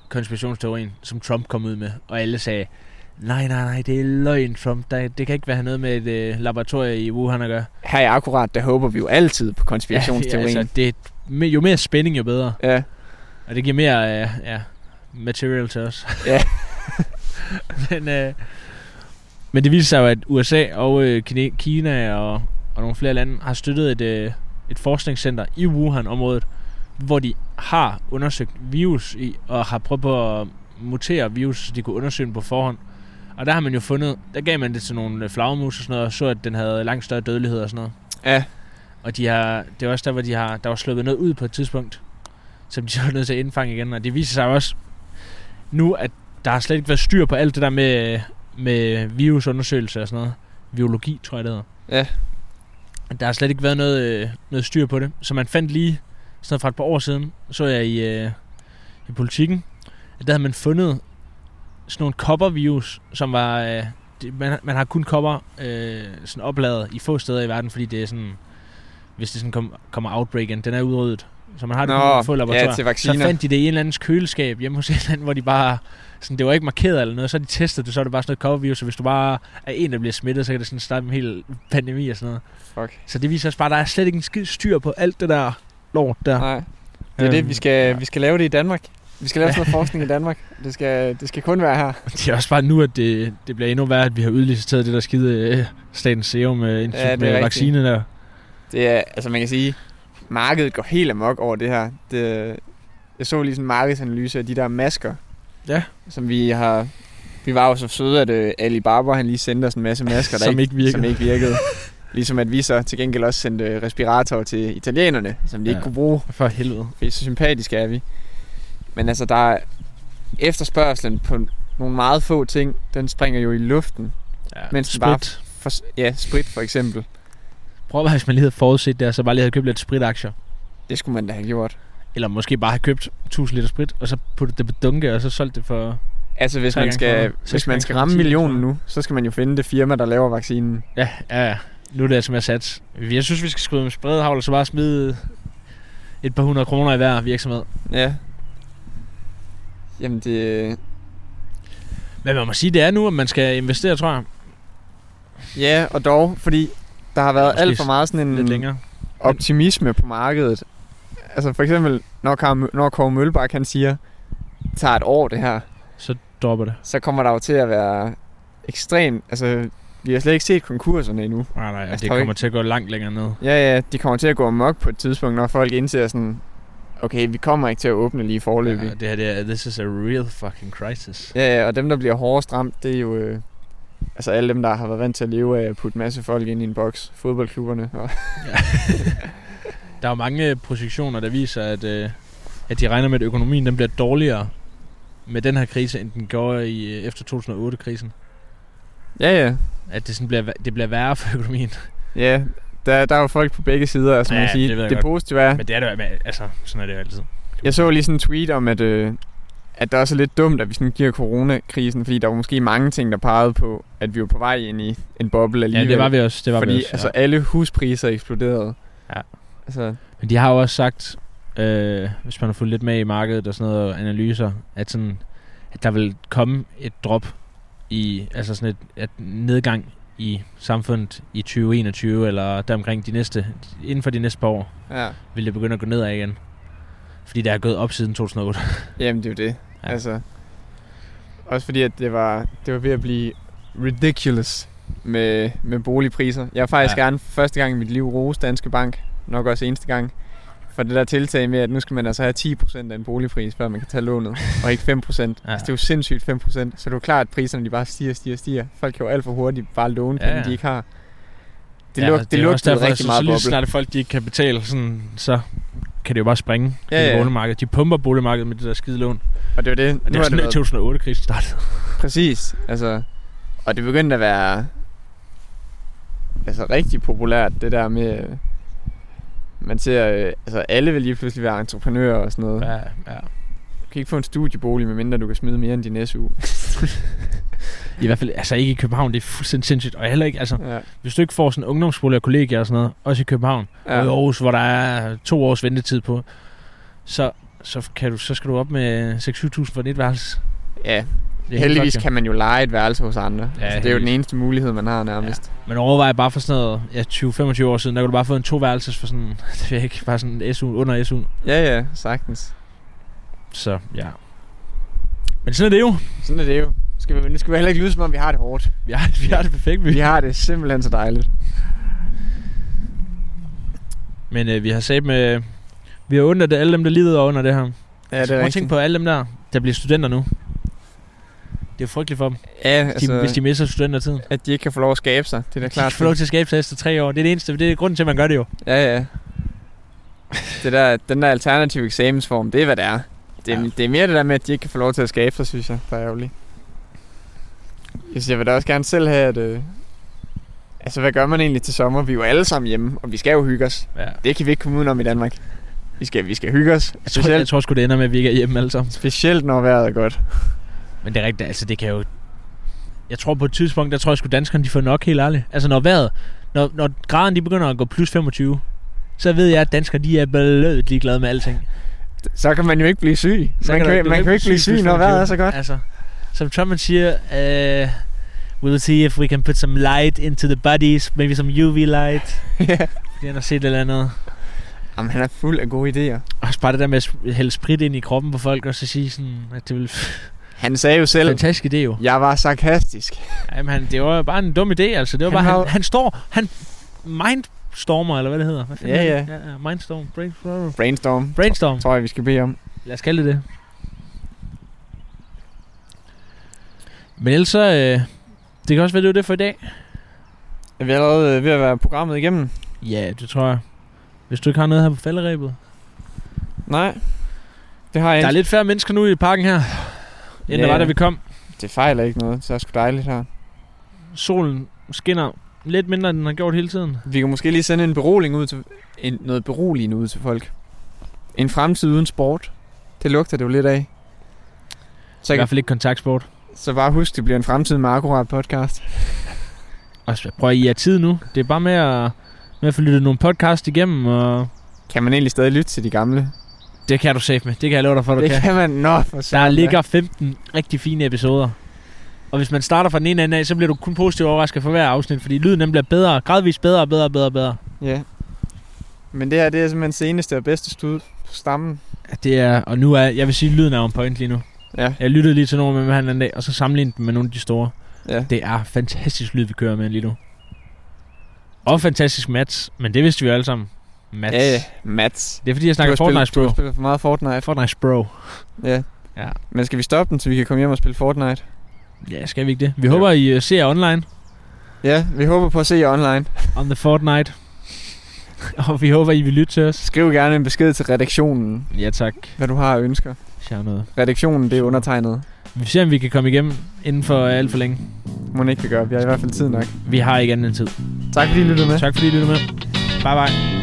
Speaker 2: konspirationsteorien, som Trump kom ud med, og alle sagde, nej, nej, nej, det er løgn, Trump. Der, det kan ikke være noget med et øh, laboratorie i Wuhan at gøre.
Speaker 3: Her i Akkurat, der håber vi jo altid på konspirationsteorien.
Speaker 2: Ja, altså, det, me- jo mere spænding, jo bedre.
Speaker 3: ja.
Speaker 2: Og det giver mere øh, ja, material til os.
Speaker 3: Ja.
Speaker 2: men, øh, men det viser sig jo, at USA og øh, Kine- Kina og, og nogle flere lande har støttet et, øh, et forskningscenter i Wuhan-området, hvor de har undersøgt virus i, og har prøvet på at mutere virus, så de kunne undersøge den på forhånd. Og der har man jo fundet, der gav man det til nogle øh, flagermus og sådan noget, og så at den havde langt større dødelighed og sådan noget.
Speaker 3: Ja.
Speaker 2: Og de har, det er også der, hvor de har, der var sluppet noget ud på et tidspunkt, som de så var nødt til at indfange igen. Og det viser sig også nu, at der har slet ikke været styr på alt det der med, med virusundersøgelser og sådan noget. Biologi, tror jeg det hedder.
Speaker 3: Ja.
Speaker 2: Der har slet ikke været noget, øh, noget styr på det. Så man fandt lige, sådan noget fra et par år siden, så jeg i, øh, i politikken, at der havde man fundet sådan nogle koppervirus, som var... Øh, det, man, man har kun kopper øh, sådan opladet i få steder i verden, fordi det er sådan... Hvis det sådan kom, kommer outbreak igen, den er udryddet. Så man har det kun i få laboratorier.
Speaker 3: ja, til
Speaker 2: Så
Speaker 3: vacciner.
Speaker 2: fandt de det i en eller andens køleskab hjemme hos en eller anden, hvor de bare... Sådan, det var ikke markeret eller noget, så har de testet det, så er det bare sådan noget covervirus, så hvis du bare er en, der bliver smittet, så kan det sådan starte en hel pandemi og sådan noget.
Speaker 3: Fuck.
Speaker 2: Så det viser også bare, at der er slet ikke en skid styr på alt det der lort der.
Speaker 3: Nej. Det er det, vi skal, vi skal lave det i Danmark. Vi skal lave sådan noget forskning i Danmark. Det skal, det skal kun være her.
Speaker 2: Det er også bare nu, at det, det bliver endnu værre, at vi har udliciteret det der skide øh, Statens Serum øh, Institut
Speaker 3: Ja, det
Speaker 2: ja,
Speaker 3: er rigtigt.
Speaker 2: med vaccine der.
Speaker 3: Det er, altså man kan sige, markedet går helt amok over det her. Det, jeg så lige sådan en markedsanalyse af de der masker.
Speaker 2: Ja.
Speaker 3: Som vi har... Vi var jo så søde, at uh, Alibaba han lige sendte os en masse masker, der
Speaker 2: Som ikke virkede.
Speaker 3: Som ikke virkede. ligesom at vi så til gengæld også sendte øh, respiratorer til italienerne, som de ja. ikke
Speaker 2: Ja.
Speaker 3: kunne bruge.
Speaker 2: For helvede.
Speaker 3: Fordi så sympatiske er vi. Men altså, der er efterspørgselen på nogle meget få ting, den springer jo i luften.
Speaker 2: Ja,
Speaker 3: Men
Speaker 2: sprit.
Speaker 3: bare- For, ja, sprit for eksempel.
Speaker 2: Prøv at være, hvis man lige havde forudset det, og så bare lige havde købt lidt spritaktier.
Speaker 3: Det skulle man da have gjort.
Speaker 2: Eller måske bare have købt 1000 liter sprit, og så puttet det på dunke, og så solgt det for...
Speaker 3: Altså, hvis
Speaker 2: Tre
Speaker 3: man
Speaker 2: gange
Speaker 3: skal,
Speaker 2: kroner.
Speaker 3: hvis
Speaker 2: Seks
Speaker 3: man
Speaker 2: gange
Speaker 3: skal
Speaker 2: kroner.
Speaker 3: ramme
Speaker 2: Ti
Speaker 3: millionen
Speaker 2: kroner.
Speaker 3: nu, så skal man jo finde det firma, der laver vaccinen.
Speaker 2: Ja, ja, ja. Nu er det altså med at satse. Jeg synes, vi skal skrive med spredhavl, og så bare smide et par hundrede kroner i hver virksomhed.
Speaker 3: Ja. Jamen, det...
Speaker 2: Men man må sige, det er nu, at man skal investere, tror jeg,
Speaker 3: Ja, og dog, fordi der har været
Speaker 2: Måske
Speaker 3: alt for meget sådan en...
Speaker 2: lidt længere.
Speaker 3: optimisme på markedet. Altså for eksempel, når, Kar- når Kåre Mølbak han siger, det tager et år det her,
Speaker 2: Så dropper det.
Speaker 3: så kommer der jo til at være ekstrem, altså vi har slet ikke set konkurserne endnu.
Speaker 2: Nej, nej,
Speaker 3: Jeg
Speaker 2: det
Speaker 3: tror
Speaker 2: kommer til at gå langt længere ned.
Speaker 3: Ja, ja, de kommer til at gå amok på et tidspunkt, når folk indser sådan, okay, vi kommer ikke til at åbne lige forløbig.
Speaker 2: Ja, det her, det er, this is a real fucking crisis.
Speaker 3: Ja, ja, og dem, der bliver hårdest ramt, det er jo... Øh, altså alle dem, der har været vant til at leve af at putte en masse folk ind i en boks. Fodboldklubberne. Og,
Speaker 2: Der er jo mange projektioner, der viser, at, øh, at de regner med, at økonomien den bliver dårligere med den her krise, end den gjorde i, øh, efter 2008-krisen.
Speaker 3: ja, ja.
Speaker 2: At det, sådan bliver, væ- det bliver værre for økonomien.
Speaker 3: Ja, der, der er jo folk på begge sider, altså man
Speaker 2: Ja,
Speaker 3: kan sige,
Speaker 2: det ved jeg
Speaker 3: det, det
Speaker 2: godt.
Speaker 3: positive er,
Speaker 2: Men det er det jo, men, altså, sådan er det jo altid.
Speaker 3: Jeg så lige sådan en tweet om, at, øh, at det også er lidt dumt, at vi sådan giver coronakrisen, fordi der var måske mange ting, der pegede på, at vi var på vej ind i en boble
Speaker 2: Ja,
Speaker 3: alligevel.
Speaker 2: det var vi også. Det var
Speaker 3: fordi
Speaker 2: vi også, ja.
Speaker 3: altså, alle huspriser eksploderede.
Speaker 2: Ja.
Speaker 3: Altså,
Speaker 2: Men de har jo også sagt, øh, hvis man har fulgt lidt med i markedet og sådan noget, og analyser, at, sådan, at der vil komme et drop i, altså sådan et, et nedgang i samfundet i 2021, eller deromkring de næste, inden for de næste par år,
Speaker 3: ja.
Speaker 2: vil det begynde at gå nedad igen. Fordi det har gået op siden 2008.
Speaker 3: Jamen, det er jo det. Ja.
Speaker 2: Ja.
Speaker 3: Altså, også fordi, at det var, det var ved at blive ridiculous med, med boligpriser. Jeg har faktisk ja.
Speaker 2: Ja.
Speaker 3: gerne for første gang i mit liv rose Danske Bank, nok også eneste gang, for det der tiltag med, at nu skal man altså have 10% af en boligpris, før man kan tage lånet, og ikke 5%. Ja. Altså, det er jo sindssygt 5%, så det er jo klart, at priserne de bare stiger, stiger, stiger. Folk kan jo alt for hurtigt bare låne
Speaker 2: Ja,
Speaker 3: penge,
Speaker 2: ja.
Speaker 3: de ikke har. Det, ja, luk, det, det lugtede
Speaker 2: derfor, jeg
Speaker 3: rigtig
Speaker 2: synes,
Speaker 3: meget
Speaker 2: så lige så
Speaker 3: boble.
Speaker 2: snart folk de ikke kan betale, sådan, så kan det jo bare springe
Speaker 3: Ja,
Speaker 2: ja,
Speaker 3: ja.
Speaker 2: ja. boligmarkedet. De pumper boligmarkedet med det der skide lån.
Speaker 3: Og det var det.
Speaker 2: Og
Speaker 3: Nu
Speaker 2: det var
Speaker 3: har det
Speaker 2: sådan, at
Speaker 3: været
Speaker 2: 2008-krisen startede.
Speaker 3: Præcis, altså. Og det begyndte at være altså rigtig populært, det der med, øh, man ser, øh, altså alle vil lige pludselig være entreprenører og sådan noget. Ja.
Speaker 2: Ja, ja.
Speaker 3: Du kan ikke få en studiebolig, medmindre du kan smide mere end din SU.
Speaker 2: I hvert fald, altså ikke i København, det er fuldstændig sindssygt. Og heller ikke, altså,
Speaker 3: Ja.
Speaker 2: hvis du ikke får sådan ungdomsskole og kollegier og sådan noget, også i København, ja. og i
Speaker 3: Ja.
Speaker 2: Aarhus, hvor der er to års ventetid på, så, så, kan du, så skal du op med 6-7.000 for dit værelse.
Speaker 3: ja.
Speaker 2: Det er helt
Speaker 3: Heldigvis
Speaker 2: fucked,
Speaker 3: kan man jo lege et værelse hos andre.
Speaker 2: Ja,
Speaker 3: Ja, altså, det er jo den
Speaker 2: heldigvis.
Speaker 3: eneste mulighed, man har nærmest.
Speaker 2: jo. Men overvej bare for sådan noget, ja, 20-25 år siden, der kunne du bare få en toværelses for sådan, det ved jeg ikke, bare sådan en SU, under SU.
Speaker 3: Ja, ja, ja sagtens.
Speaker 2: Så ja. Men sådan er det jo.
Speaker 3: Sådan er det jo. Skal vi, nu skal vi heller ikke lyde, som om vi har det hårdt.
Speaker 2: Vi har, vi har det perfekt, vi.
Speaker 3: Vi har det simpelthen så dejligt.
Speaker 2: Men øh, vi har sagt med... Øh, vi har under det, alle dem, der lider under det her. Ja,
Speaker 3: Ja,
Speaker 2: så prøv at tænke på alle dem der, der bliver studenter nu. Det er frygteligt for dem,
Speaker 3: Ja,
Speaker 2: altså, de, hvis de
Speaker 3: altså,
Speaker 2: mister studentertiden.
Speaker 3: at de ikke kan få lov at skabe sig. Det er da
Speaker 2: De kan
Speaker 3: klart.
Speaker 2: få lov til at skabe sig efter tre år. Det er det eneste, det er grunden til, at man gør det jo.
Speaker 3: Ja, ja. Det der, den der alternative eksamensform, det er hvad det er. Det, ja.
Speaker 2: Ja.
Speaker 3: det er mere det der med, at de ikke kan få lov til at skabe sig, synes jeg, der er ærgerligt. Jeg, jeg vil da også gerne selv have, at... Øh, altså, hvad gør man egentlig til sommer? Vi er jo alle sammen hjemme, og vi skal jo hygge os.
Speaker 2: Ja.
Speaker 3: Det kan vi ikke komme udenom i Danmark. Vi skal, vi skal hygge os.
Speaker 2: Jeg tror, jeg
Speaker 3: Specielt,
Speaker 2: tror sgu, det ender med, at vi ikke er hjemme alle sammen.
Speaker 3: specielt når vejret er godt.
Speaker 2: Men det er rigtigt, altså det kan jo... Jeg tror på et tidspunkt, der tror jeg sgu danskerne, de får nok helt ærligt. Altså når vejret, når, når graden de begynder at gå plus 25, så ved jeg, at danskere de er belødet ligeglade med alting.
Speaker 3: Så kan man jo ikke blive syg.
Speaker 2: Så
Speaker 3: man
Speaker 2: du-
Speaker 3: kan,
Speaker 2: du
Speaker 3: man kan jo ikke blive syg, når vejret er så godt.
Speaker 2: Altså, som Trump han siger, uh, we will see if we can put some light into the bodies, maybe some UV light.
Speaker 3: ja.
Speaker 2: Fordi han har set et eller andet.
Speaker 3: Jamen, han er fuld af gode idéer.
Speaker 2: Og også bare det der med at sp- hælde sprit ind i kroppen på folk, og så sige sådan, at det vil...
Speaker 3: Han sagde jo selv,
Speaker 2: Fantastisk idé jo.
Speaker 3: jeg var sarkastisk.
Speaker 2: Jamen, han, det var jo bare en dum idé, altså. Det var
Speaker 3: Han
Speaker 2: bare,
Speaker 3: har
Speaker 2: han,
Speaker 3: jo-
Speaker 2: han står, han mindstormer, eller hvad det hedder. Hvad fanden
Speaker 3: Ja,
Speaker 2: er
Speaker 3: ja.
Speaker 2: det? ja. ja, Mindstorm, brainstorm.
Speaker 3: Brainstorm.
Speaker 2: Brainstorm.
Speaker 3: Tror jeg, vi skal bede om.
Speaker 2: Lad os kalde det det. Men ellers så, øh, det kan også være, det var det for i dag.
Speaker 3: Er vi allerede øh, ved at være programmet igennem?
Speaker 2: Ja, det tror jeg. Hvis du ikke har noget her på falderæbet.
Speaker 3: Nej. Det har jeg
Speaker 2: Der er
Speaker 3: ikke.
Speaker 2: lidt færre mennesker nu i parken her, end
Speaker 3: Ja,
Speaker 2: der var,
Speaker 3: ja.
Speaker 2: da vi kom.
Speaker 3: Det fejler ikke noget, så er sgu dejligt her.
Speaker 2: Solen skinner lidt mindre, end den har gjort hele tiden.
Speaker 3: Vi kan måske lige sende en beroling ud til, en, noget beroligende ud til folk. En fremtid uden sport. Det lugter det jo lidt af.
Speaker 2: Så
Speaker 3: Så,
Speaker 2: I hvert
Speaker 3: kan,
Speaker 2: fald ikke kontaktsport.
Speaker 3: så bare husk, det bliver en fremtid med akkurat podcast.
Speaker 2: Og så prøv at I har tid nu. Det er bare med at, med at få lyttet nogle podcast igennem, og
Speaker 3: Kan man egentlig stadig lytte til de gamle?
Speaker 2: det kan du safe med. Det kan jeg love dig for, du
Speaker 3: Det
Speaker 2: kan.
Speaker 3: kan man. Nå, for
Speaker 2: Der
Speaker 3: satan.
Speaker 2: ligger 15 rigtig fine episoder. Og hvis man starter fra den ene ende af, så bliver du kun positivt overrasket for hver afsnit, fordi lyden den bliver bedre, gradvist bedre, bedre, bedre, bedre.
Speaker 3: Ja. Men det her, det er simpelthen seneste og bedste stud på stammen.
Speaker 2: Ja, det er, og nu er, jeg vil sige, lyden er on point lige nu.
Speaker 3: Ja,
Speaker 2: Jeg lyttede lige til nogle med mig her den anden dag, og så sammenlignede dem med nogle af de store.
Speaker 3: ja.
Speaker 2: Det er fantastisk lyd, vi kører med lige nu. Og fantastisk mats, men det vidste vi jo alle sammen. Mats.
Speaker 3: Ja, ja. Mats.
Speaker 2: Det er fordi, jeg
Speaker 3: Du
Speaker 2: snakker
Speaker 3: har spillet-
Speaker 2: Fortnite,
Speaker 3: Du har
Speaker 2: bro.
Speaker 3: spillet for meget Fortnite.
Speaker 2: Fortnite, bro.
Speaker 3: Ja.
Speaker 2: Ja.
Speaker 3: Men skal vi stoppe den, så vi kan komme hjem og spille Fortnite?
Speaker 2: Ja, skal vi ikke det? Vi håber, I øh, ser online
Speaker 3: Ja, vi håber på at se jer online.
Speaker 2: on the Fortnite. og vi håber, I vil lytte til os.
Speaker 3: Skriv gerne en besked til redaktionen,
Speaker 2: Ja, tak.
Speaker 3: hvad du har af ønsker.
Speaker 2: Sjov noget.
Speaker 3: Redaktionen, det er undertegnet.
Speaker 2: Vi ser, om vi kan komme igennem inden for øh, alt for længe.
Speaker 3: Må ikke vi gøre, vi har i hvert fald tid nok.
Speaker 2: Vi har ikke anden end tid.
Speaker 3: Tak fordi I lyttede med.
Speaker 2: Tak fordi I lyttede med. Bye bye.